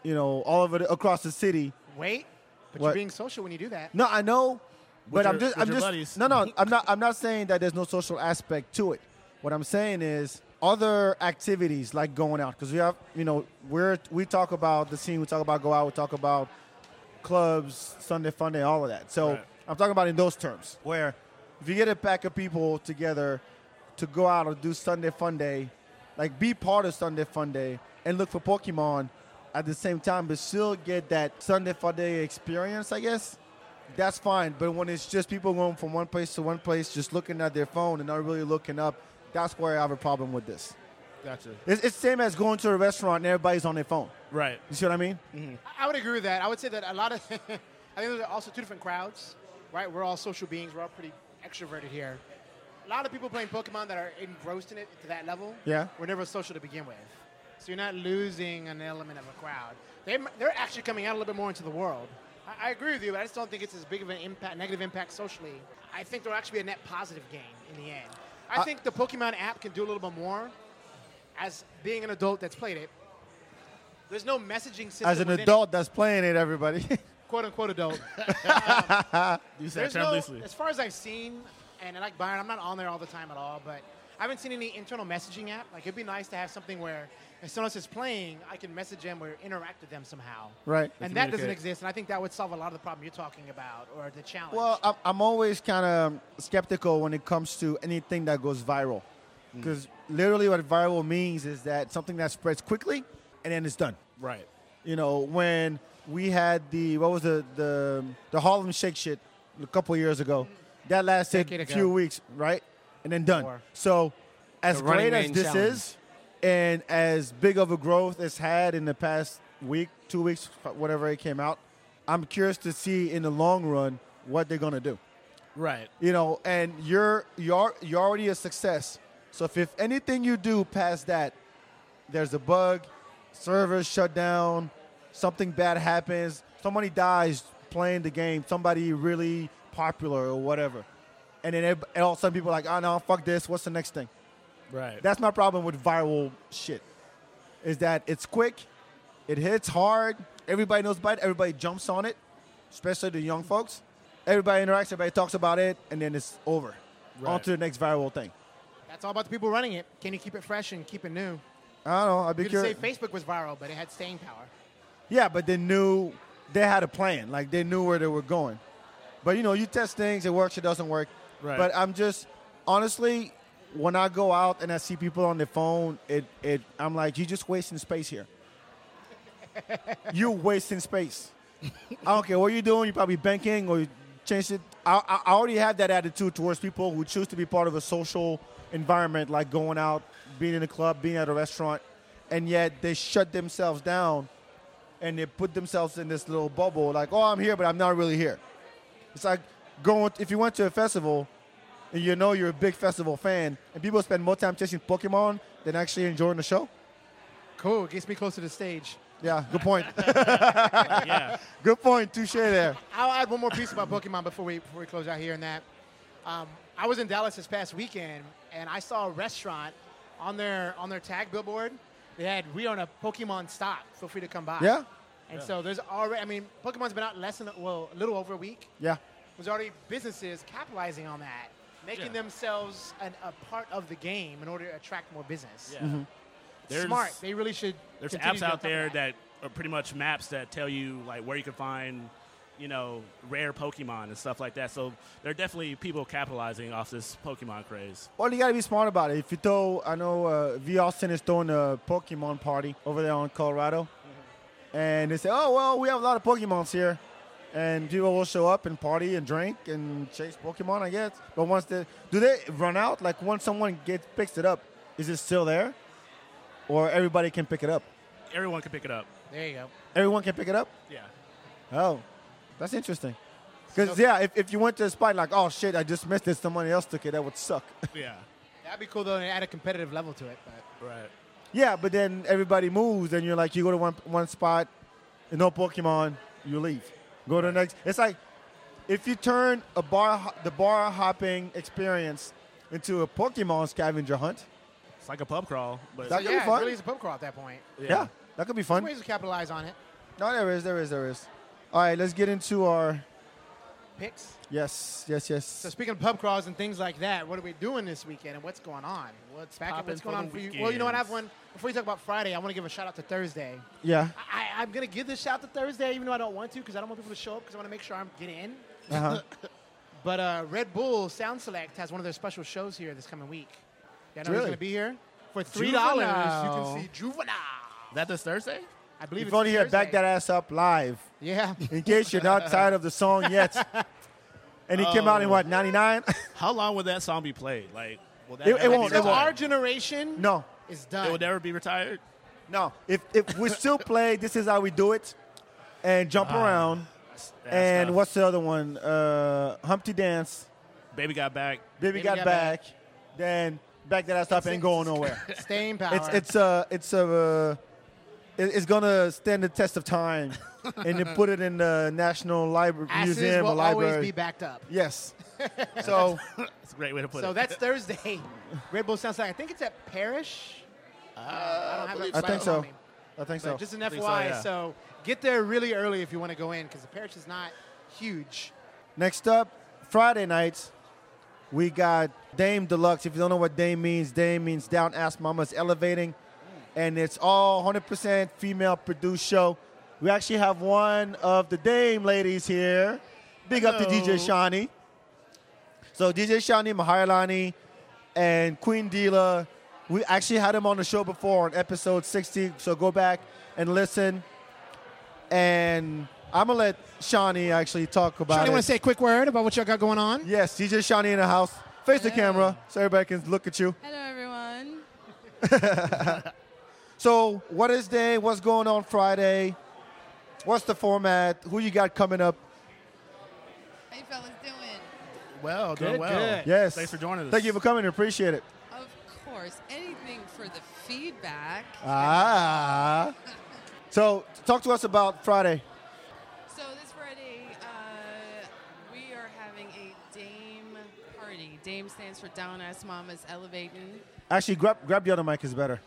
S2: you know, all over the, across the city.
S3: Wait, but
S2: What?
S3: you're being social when you do that.
S2: No, I know, but I'm
S4: your-
S2: just,
S4: with
S2: I'm
S4: your
S2: just,
S4: buddies.
S2: no, no, I'm not, I'm not saying that there's no social aspect to it. What I'm saying is other activities like going out because we have, you know, we're we talk about the scene, we talk about go out, we talk about clubs, Sunday fun day, all of that. So
S4: Right.
S2: I'm talking about in those terms where if you get a pack of people together to go out or do Sunday fun day, like be part of Sunday fun day and look for Pokemon at the same time, but still get that Sunday fun day experience, I guess. That's fine, but when it's just people going from one place to one place, just looking at their phone and not really looking up, that's where I have a problem with this.
S4: Gotcha.
S2: It's, it's same as going to a restaurant and everybody's on their phone.
S4: Right.
S2: You see what I mean?
S3: I would agree with that. I would say that a lot of, I think there's also two different crowds, right? We're all social beings. We're all pretty extroverted here. A lot of people playing Pokemon that are engrossed in it to that level.
S2: Yeah.
S3: We're never social to begin with. So you're not losing an element of a crowd. They, they're actually coming out a little bit more into the world. I, I agree with you, but I just don't think it's as big of an impact, negative impact socially. I think there'll actually be a net positive gain in the end. I
S2: Uh,
S3: think the Pokemon app can do a little bit more as being an adult that's played it. There's no messaging system.
S2: As an
S3: within it
S2: adult that's playing it, everybody.
S3: quote unquote adult.
S4: Use that
S3: There's
S4: term
S3: no,
S4: loosely.
S3: as far as I've seen, and like Byron, I'm not on there all the time at all, but I haven't seen any internal messaging app. Like it'd be nice to have something where as someone else is playing, I can message them or interact with them somehow.
S2: Right.
S3: And that doesn't
S4: Communicate.
S3: exist, and I think that would solve a lot of the problem you're talking about or the challenge.
S2: well, I'm, I'm always kind of skeptical when it comes to anything that goes viral. Because literally, what viral means is that something that spreads quickly and then it's done.
S4: Right.
S2: You know, when we had the, what was the, the, the Harlem Shake shit a couple years ago, that lasted
S3: Decade
S2: a
S3: ago.
S2: few weeks, right? And then done.
S3: Four.
S2: So, as
S5: The Running
S2: great as
S5: Man
S2: this
S5: challenge.
S2: is, and as big of a growth it's had in the past week, two weeks, whatever it came out, I'm curious to see in the long run what they're gonna do.
S4: Right.
S2: You know, and you're you're you're already a success. So if, if anything you do past that, there's a bug, servers shut down, something bad happens, somebody dies playing the game, somebody really popular or whatever, and then ev- and all of a sudden people are like, oh no, fuck this. What's the next thing?
S4: Right.
S2: That's my problem with viral shit. Is that it's quick, it hits hard, everybody knows about it, everybody jumps on it, especially the young folks. Everybody interacts, everybody talks about it, and then it's over.
S4: Right.
S2: On to the next viral thing.
S3: that's all about the people running it. Can you keep it fresh and keep it new?
S2: I don't know. I'd be
S3: You could say
S2: curious.
S3: Facebook was viral, but it had staying power.
S2: Yeah, but they knew they had a plan. Like they knew where they were going. But you know, you test things, it works, it doesn't work.
S4: Right.
S2: But I'm just honestly, when I go out and I see people on their phone, it it I'm like, you're just wasting space here. you're wasting space. I don't care what you're doing. You're probably banking or you changed it. I, I- I already have that attitude towards people who choose to be part of a social environment, like going out, being in a club, being at a restaurant, and yet they shut themselves down and they put themselves in this little bubble. Like, oh, I'm here, but I'm not really here. It's like going if you went to a festival and you know you're a big festival fan, and people spend more time chasing Pokemon than actually enjoying the show.
S3: Cool, it gets me close to the stage.
S2: Yeah, good point.
S4: yeah.
S2: good point. Touche there.
S3: I'll add one more piece about Pokemon before we before we close out here. And that, um, I was in Dallas this past weekend, and I saw a restaurant on their on their tag billboard. They had we own a Pokemon stop. Feel free to come by.
S2: Yeah?
S3: And so there's already. I mean, Pokemon's been out less than well, a little over a week.
S2: Yeah.
S3: There's already businesses capitalizing on that, making
S4: Yeah.
S3: themselves an, a part of the game in order to attract more business.
S4: Yeah.
S3: It's Smart. They really should.
S4: There's
S3: continue
S4: apps
S3: to
S4: out
S3: do
S4: there
S3: that.
S4: that are pretty much maps that tell you like where you can find, you know, rare Pokemon and stuff like that. So there are definitely people capitalizing off this Pokemon craze.
S2: Well, you got to be smart about it. If you throw, I know uh, V. Austin is throwing a Pokemon party over there on Colorado. and they say, "Oh well, we have a lot of Pokemons here," and people will show up and party and drink and chase Pokemon, I guess. But once they do, they run out. Like once someone gets picks it up, is it still there, or everybody can pick it up?
S4: Everyone can pick it up.
S3: There you go.
S2: Everyone can pick it up.
S4: Yeah.
S2: Oh, that's interesting. Because yeah, if, if you went to a spot like, oh shit, I just missed it, someone else took it, that would suck.
S4: Yeah.
S3: That'd be cool though, and add a competitive level to it. But
S4: Right.
S2: yeah, but then everybody moves, and you're like, you go to one one spot, and no Pokemon, you leave. Go to the next. It's like if you turn a bar ho- the bar hopping experience into a Pokemon scavenger hunt.
S4: It's like a pub crawl, but
S2: That-
S3: so,
S2: could Oh, be
S3: yeah, it
S2: fun. Mm.
S3: really is a pub crawl at that point.
S2: Yeah, that could be fun.
S3: Ways to capitalize on it.
S2: No, there is, there is, there is. All right, let's get into our
S3: Picks.
S2: yes, yes, yes.
S3: So speaking of pub crawls and things like that, what are we doing this weekend and what's going on? What's back?
S4: poppin'
S3: What's going
S4: for
S3: on
S4: the
S3: for you? Well, you know what? I have
S4: weekends?
S3: one. Before you talk about Friday, I want to give a shout out to Thursday.
S2: yeah.
S3: I, I- I'm gonna give this shout out to Thursday, even though I don't want to, because I don't want people to show up, because I want to make sure I'm get in.
S2: Uh-huh.
S3: But uh, Red Bull Sound Select has one of their special shows here this coming week. Yeah, I know who's
S2: Really?
S3: gonna be here for three dollars. You
S2: Juvenile.
S3: can see Juvenile.
S4: that this Thursday?
S3: I believe
S2: If
S3: it's
S2: only you had
S3: Thursday.
S2: back that ass up live.
S3: Yeah.
S2: in case you're not tired of the song yet. And he came out in what, 99?
S4: How long will that song be played? Like, will that
S2: It- it
S4: never be
S2: won't- it
S3: so
S2: won't.
S3: our
S4: retired?
S3: generation
S2: no,
S3: is
S4: It will
S3: done.
S4: never be retired.
S2: no. If, if we still play This Is How We Do It and Jump Around,
S4: That's
S2: and
S4: tough.
S2: what's the other one? Uh, Humpty Dance,
S4: Baby got back.
S2: Baby, Got, Back, then Back That Ass Up Ain't Going Nowhere.
S3: Staying power.
S2: it's it's uh, it's Uh, it- it's gonna stand the test of time, and they put it in the National Library
S3: asses
S2: Museum
S3: will
S2: or library.
S3: always be backed up.
S2: yes, so
S4: That's a great way to put it.
S3: So that's Thursday. Red Bull sounds like I think it's at Parish. I don't have that
S2: I
S3: right
S2: think
S3: on
S2: so.
S3: me.
S2: I think
S3: But
S2: so.
S3: just an
S4: think so,
S3: FYI, so,
S4: yeah.
S3: get there really early if you want to go in because the Parish is not huge.
S2: Next up, Friday nights, we got Dame Deluxe. If you don't know what Dame means, Dame means Down Ass Mama's Elevating. And it's all 100% female produced show. We actually have one of the Dame ladies here. Big up to DJ Shawnee. So DJ Shawnee, Maharlani, and Queen Dila. We actually had him on the show before on episode 60. So go back and listen. And I'm going to let Shawnee actually talk about
S3: Sean,
S2: it.
S3: you want to say a quick word about what y'all got going on?
S2: Yes, DJ Shawnee in the house. Face the camera so everybody can look at you.
S7: Hello, everyone.
S2: So, what is day? What's going on Friday? What's the format? Who you got coming up?
S7: How you fellas doing?
S4: well, doing
S3: Good,
S4: well.
S3: good.
S2: Yes.
S4: Thanks for joining us.
S2: Thank you for coming. Appreciate it.
S9: Of course, anything for the feedback.
S2: Ah. So, talk to us about Friday.
S9: So this Friday, uh, we are having a Dame party. Dame stands for Down Ass Mamas Elevating.
S2: Actually, grab grab the other mic is better.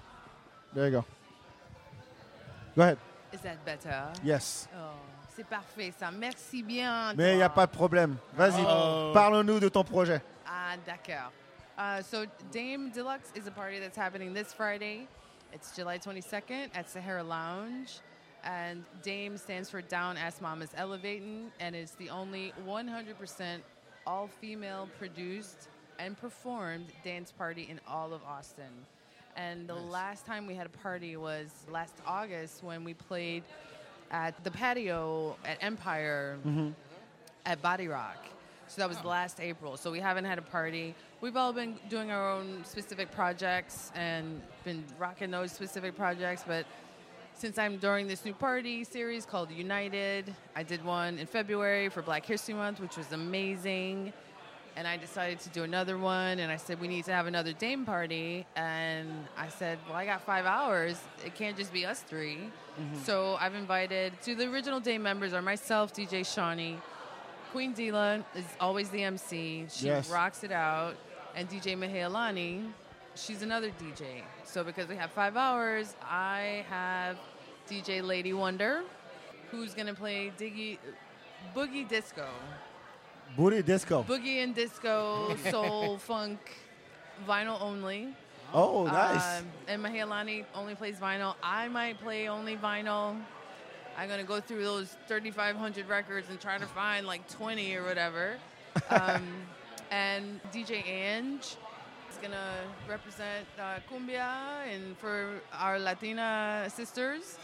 S2: There you go. Go ahead.
S9: Is that better?
S2: Yes.
S9: Oh, c'est parfait ça. Merci bien.
S2: Mais il n'y a
S9: toi.
S2: pas de problème. Vas-y,
S4: Oh.
S2: parle-nous de ton projet.
S9: Ah, d'accord. Uh, so Dame Deluxe is a party that's happening this Friday. It's July 22nd at Sahara Lounge. And Dame stands for Down Ass Mamas Elevating, and it's the only 100% all female produced and performed dance party in all of Austin. And the last time we had a party was last August when we played at the patio at Empire at Body Rock. So that was last April. So we haven't had a party. We've all been doing our own specific projects and been rocking those specific projects. But since I'm during this new party series called United, I did one in February for Black History Month, which was amazing. And I decided to do another one. And I said, we need to have another Dame party. And I said, well, I got five hours. It can't just be us 3 So I've invited, to the original Dame members are myself, DJ Shawnee, Queen Dila is always the MC. She
S2: Yes.
S9: rocks it out. And DJ Mahalani, she's another DJ. So because we have five hours, I have DJ Lady Wonder, who's gonna play Diggy Boogie Disco.
S2: Booty disco.
S4: Um,
S9: Boogie and disco, soul, funk, vinyl only.
S2: Oh, nice.
S9: Um, and Mahalani only plays vinyl. I might play only vinyl. I'm gonna go through those 3,500 records and try to find like 20 or whatever. Um, and DJ Ange is gonna represent uh, cumbia and for our Latina sisters.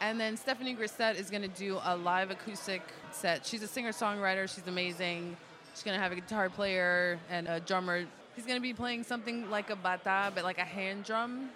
S9: And then Stephanie Grissett is going to do a live acoustic set. She's a singer songwriter. She's amazing. She's going to have a guitar player and a drummer. He's going to be playing something like a bata, but like a hand drum.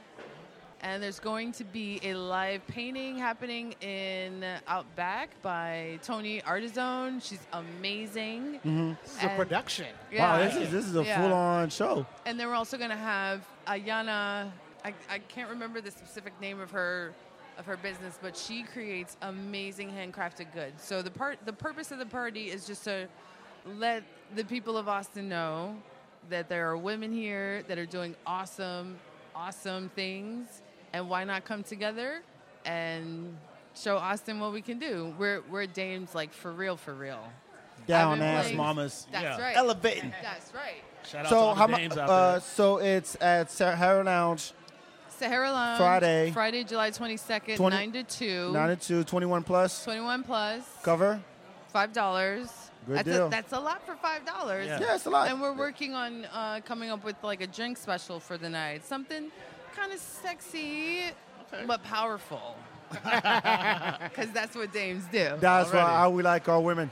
S9: And there's going to be a live painting happening in Out Back by Tony Artizone. She's amazing.
S3: Mm-hmm. This is a
S9: And-
S3: production.
S2: Wow,
S9: Yeah.
S2: this is this is a
S9: Yeah.
S2: full-on show.
S9: And then we're also going to have Ayana. I, I can't remember the specific name of her of her business, but she creates amazing handcrafted goods. So the part the purpose of the party is just to let the people of Austin know that there are women here that are doing awesome awesome things and why not come together and show Austin what we can do. We're we're dames like for real for real.
S2: Down
S9: been
S2: ass
S9: playing-
S2: mamas.
S9: That's
S4: Yeah.
S9: right.
S2: Elevating.
S9: That's right.
S4: Shout out to
S2: So
S4: all
S2: how
S4: the
S2: mu-
S4: names out
S2: uh,
S4: there.
S2: so it's at Sahara Lounge,
S9: Sahara Lounge.
S2: Friday.
S9: Friday, July 22nd,
S2: 20
S9: 9 to 2.
S2: 9 and 2, 21 plus.
S9: 21 plus,
S2: Cover.
S9: $5.
S2: Good
S9: that's,
S2: deal.
S9: A, that's a lot for $5.
S4: Yeah.
S2: Yeah, it's a lot.
S9: And we're working on uh, coming up with like a drink special for the night. Something kind of sexy, but powerful. Because that's what dames do.
S2: That's why how we like our women.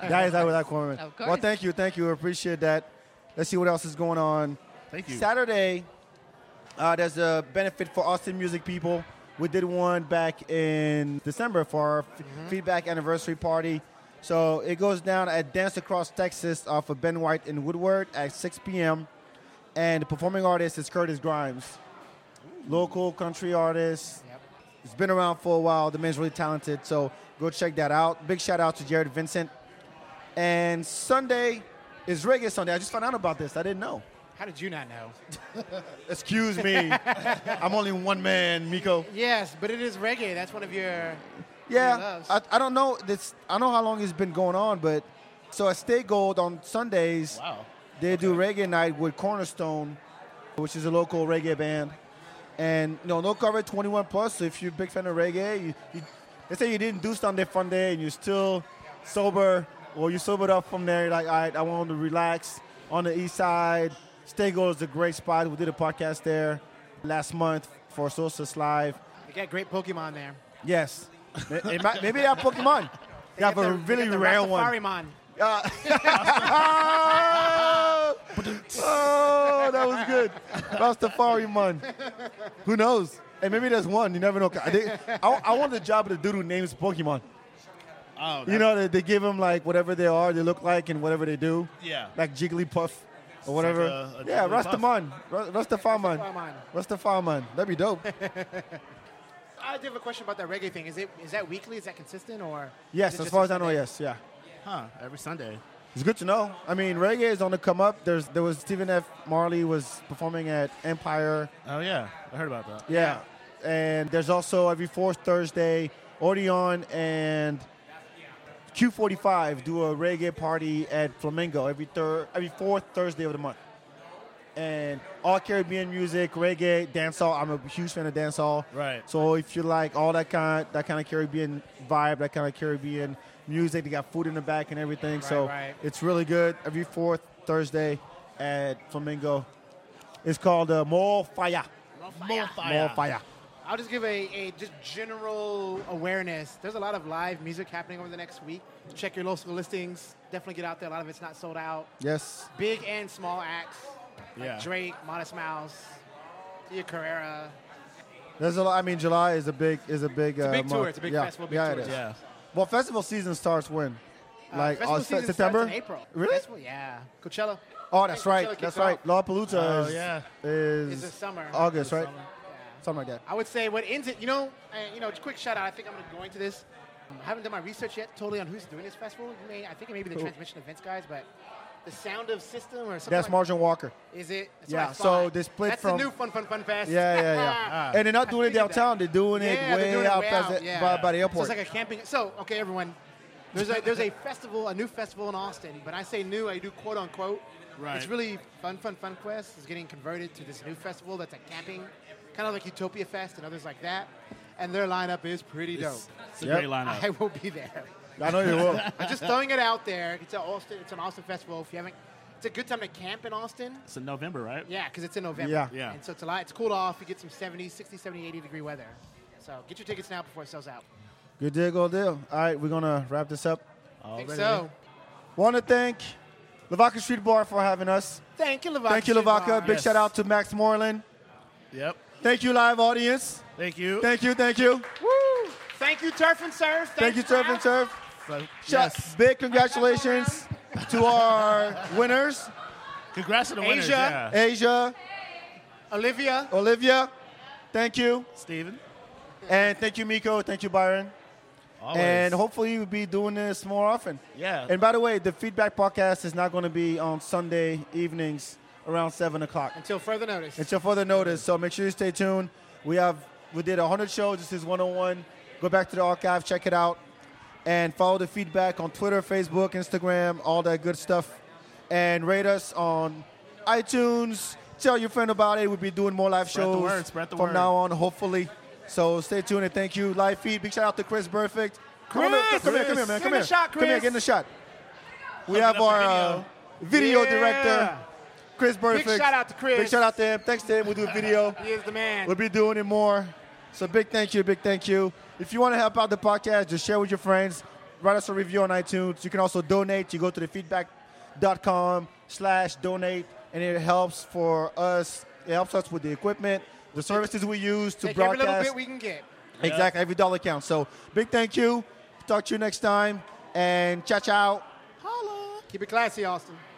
S2: that is how we like our women.
S9: Of
S2: Well,
S9: course.
S2: thank you, thank you. We Appreciate that. Let's see what else is going on.
S4: Thank you.
S2: Saturday, uh, there's a benefit for Austin music people. We did one back in December for our f-
S4: Mm-hmm.
S2: feedback anniversary party. So it goes down at Dance Across Texas off of Ben White in Woodward at 6 p.m. And the performing artist is Curtis Grimes, local country artist. It's been around for a while. The man's really talented, so go check that out. Big shout out to Jared Vincent. And Sunday is Reggae Sunday. I just found out about this. I didn't know.
S3: How did you not know?
S2: Excuse me. I'm only one man, Miko.
S3: Yes, but it is reggae. That's one of your.
S2: Yeah,
S3: loves.
S2: I, I don't know. This I don't know how long it's been going on, but so at State Gold on Sundays,
S4: Wow.
S2: they do reggae night with Cornerstone, which is a local reggae band, and you know, no cover 21 plus. So if you're a big fan of reggae, you, you, they say you didn't do Sunday fun day and you're still sober or you sobered up from there. You're like, all right, I want to relax on the east side. State Gold is a great spot. We did a podcast there last month for Solstice Live.
S3: They got great Pokemon there.
S2: Yes. May- it might- Maybe they have Pokemon. They have
S3: They got
S2: a
S3: the- they
S2: really
S3: got the
S2: rare one.
S3: Rastafarimon.
S2: Oh! Oh, that was good. Rastafari man. Who knows? And maybe there's one. You never know. I, did- I, I want the job of the dude who names Pokemon.
S4: Oh,
S2: You know, they, they give him like whatever they are, they look like, and whatever they do.
S4: Yeah.
S2: Like Jigglypuff or whatever.
S4: a- a
S2: yeah,
S4: Jigglypuff.
S2: Rastaman. Ra- Rastafaman.
S3: Rastafaman.
S2: Rastafaman. That'd be dope.
S3: I do have a question about that reggae thing. Is it is that weekly? Is that consistent or?
S2: Yes,
S3: is it
S2: as
S3: just
S2: far
S3: a
S2: as I know,
S3: Sunday?
S2: yes, yeah.
S4: Huh. Every Sunday.
S2: It's good to know. I mean, reggae is on the come up. There's there was Stephen F. Marley was performing at Empire.
S4: Oh yeah, I heard about that.
S2: Yeah, and there's also every fourth Thursday, Odeon and Q45 do a reggae party at Flamingo every third, every fourth Thursday of the month. And all Caribbean music, reggae, dancehall. I'm a huge fan of dancehall.
S4: Right.
S2: So if you like all that kind, that kind of Caribbean vibe, that kind of Caribbean music, they got food in the back and everything. so
S3: right.
S2: it's really good. Every fourth Thursday at Flamingo. It's called uh, More Fire.
S4: More
S2: More Fire.
S3: I'll just give a, a just general awareness. There's a lot of live music happening over the next week. Check your local listings. Definitely get out there. A lot of it's not sold out.
S2: Yes.
S3: Big and small acts. Like
S4: Yeah.
S3: Drake, Modest Mouse, Tia Carrera.
S2: There's a lot. I mean, July is a big is a big. It's
S3: a
S2: uh,
S3: big tour.
S2: month.
S3: It's a big
S2: yeah.
S3: festival, big
S2: yeah,
S3: tour.
S2: It is.
S4: Yeah.
S2: Well, festival season starts when? Like
S3: festival
S2: uh, se-
S3: season starts
S2: September.
S3: in April.
S2: Really?
S3: Festival- yeah. Coachella.
S2: Oh, that's
S3: Coachella
S2: right.
S3: kicks
S2: That's
S3: it off.
S2: right. Lollapalooza
S4: Oh,
S2: is
S4: yeah.
S2: is
S3: It's the summer.
S2: August,
S3: It's
S2: right?
S3: summer. Yeah.
S2: Something like that.
S3: I would say what ends it, you know, and, you know, quick shout out. I think I'm going to go into this. Um, I haven't done my research yet totally on who's doing this festival. You may, I think it may be the transmission events guys, but the sound of system or something.
S2: That's
S3: like,
S2: Margin Walker.
S3: Is it? That's
S2: Yeah,
S3: what I
S2: so
S3: thought.
S2: they split
S3: That's
S2: from-
S3: the new fun, fun, fun fest.
S2: Yeah, yeah, Ah, yeah. and they're not
S3: I
S2: doing it
S3: figured that.
S2: downtown. They're doing
S3: Yeah,
S2: it
S3: they're
S2: way
S3: doing it
S2: out
S3: way
S2: past
S3: out,
S2: the-
S3: yeah.
S2: by, by the
S3: So
S2: airport.
S3: it's like a camping. So okay, everyone, there's a there's a festival, a new festival in Austin. But I say new, I do quote unquote.
S4: Right.
S3: It's really fun, fun, fun. Quest is getting converted to this new festival that's a camping, kind of like Utopia Fest and others like that. And their lineup is pretty dope.
S4: It's, it's a
S2: Yep.
S4: great lineup.
S3: I will be there.
S2: I know you will.
S3: I'm just throwing it out there. It's an Austin. It's an Austin festival. If you haven't, it's a good time to camp in Austin.
S4: it's in November, right?
S3: Yeah, because it's in November.
S2: Yeah.
S4: Yeah.
S3: And so it's a lot. It's cooled off. You get some 70, 60, 70, 80 degree weather. So get your tickets now before it sells out.
S2: Good deal, good deal. All right, we're gonna wrap this up.
S3: I think so.
S2: Want to thank Lavaca Street Bar for having us.
S3: Thank you, Lavaca.
S2: Thank you, Lavaca.
S3: Shivar.
S2: Big shout out to Max Moreland.
S4: Yep.
S2: Thank you, live audience.
S4: Thank you.
S2: Thank you, thank you,
S3: Woo! Thank you, Turf and Surf.
S2: thank you, Turf and
S3: Ralph.
S2: Turf.
S4: So,
S2: Shout-
S4: yes.
S2: Big congratulations to our winners,
S4: Congrats to the winners.
S3: Asia.
S4: Yeah.
S2: Asia,
S3: Olivia.
S2: Olivia. Thank you,
S4: Steven.
S2: and thank you, Miko. Thank you, Byron.
S4: Always.
S2: And hopefully, we'll be doing this more often.
S4: Yeah.
S2: And by the way, the feedback podcast is not going to be on Sunday evenings around seven o'clock.
S3: Until further notice.
S2: Until further notice, so make sure you stay tuned. We have we did 100 shows. This is 101. Go back to the archive, check it out, and follow the feedback on Twitter, Facebook, Instagram, all that good stuff. And rate us on iTunes. Tell your friend about it. We'll be doing more live
S4: Spread the
S2: shows
S4: word, spread the
S2: from
S4: word.
S2: now on, hopefully. So stay tuned and thank you. Live feed. Big shout out to Chris Perfect. Come on,
S3: Chris!
S2: come here, come here, man.
S3: Get
S2: Come
S3: in
S2: here.
S3: the shot,
S2: Come here,
S3: Chris.
S2: get in the shot. We have
S4: up
S2: our
S4: the
S2: uh, video
S3: Yeah.
S2: director, Chris Perfect.
S3: shout out to Chris.
S2: Big shout out to him. Thanks to him. We'll do a video.
S3: He is the man.
S2: We'll be doing it more. So big thank you, big thank you. If you want to help out the podcast, just share with your friends. Write us a review on iTunes. You can also donate. You go to the feedback.com slash donate and it helps for us. It helps us with the equipment, the services we use to
S3: Take every
S2: broadcast.
S3: little bit we can get.
S2: Exactly, every dollar counts. So big thank you. Talk to you next time. And ciao ciao.
S3: Keep it classy, Austin.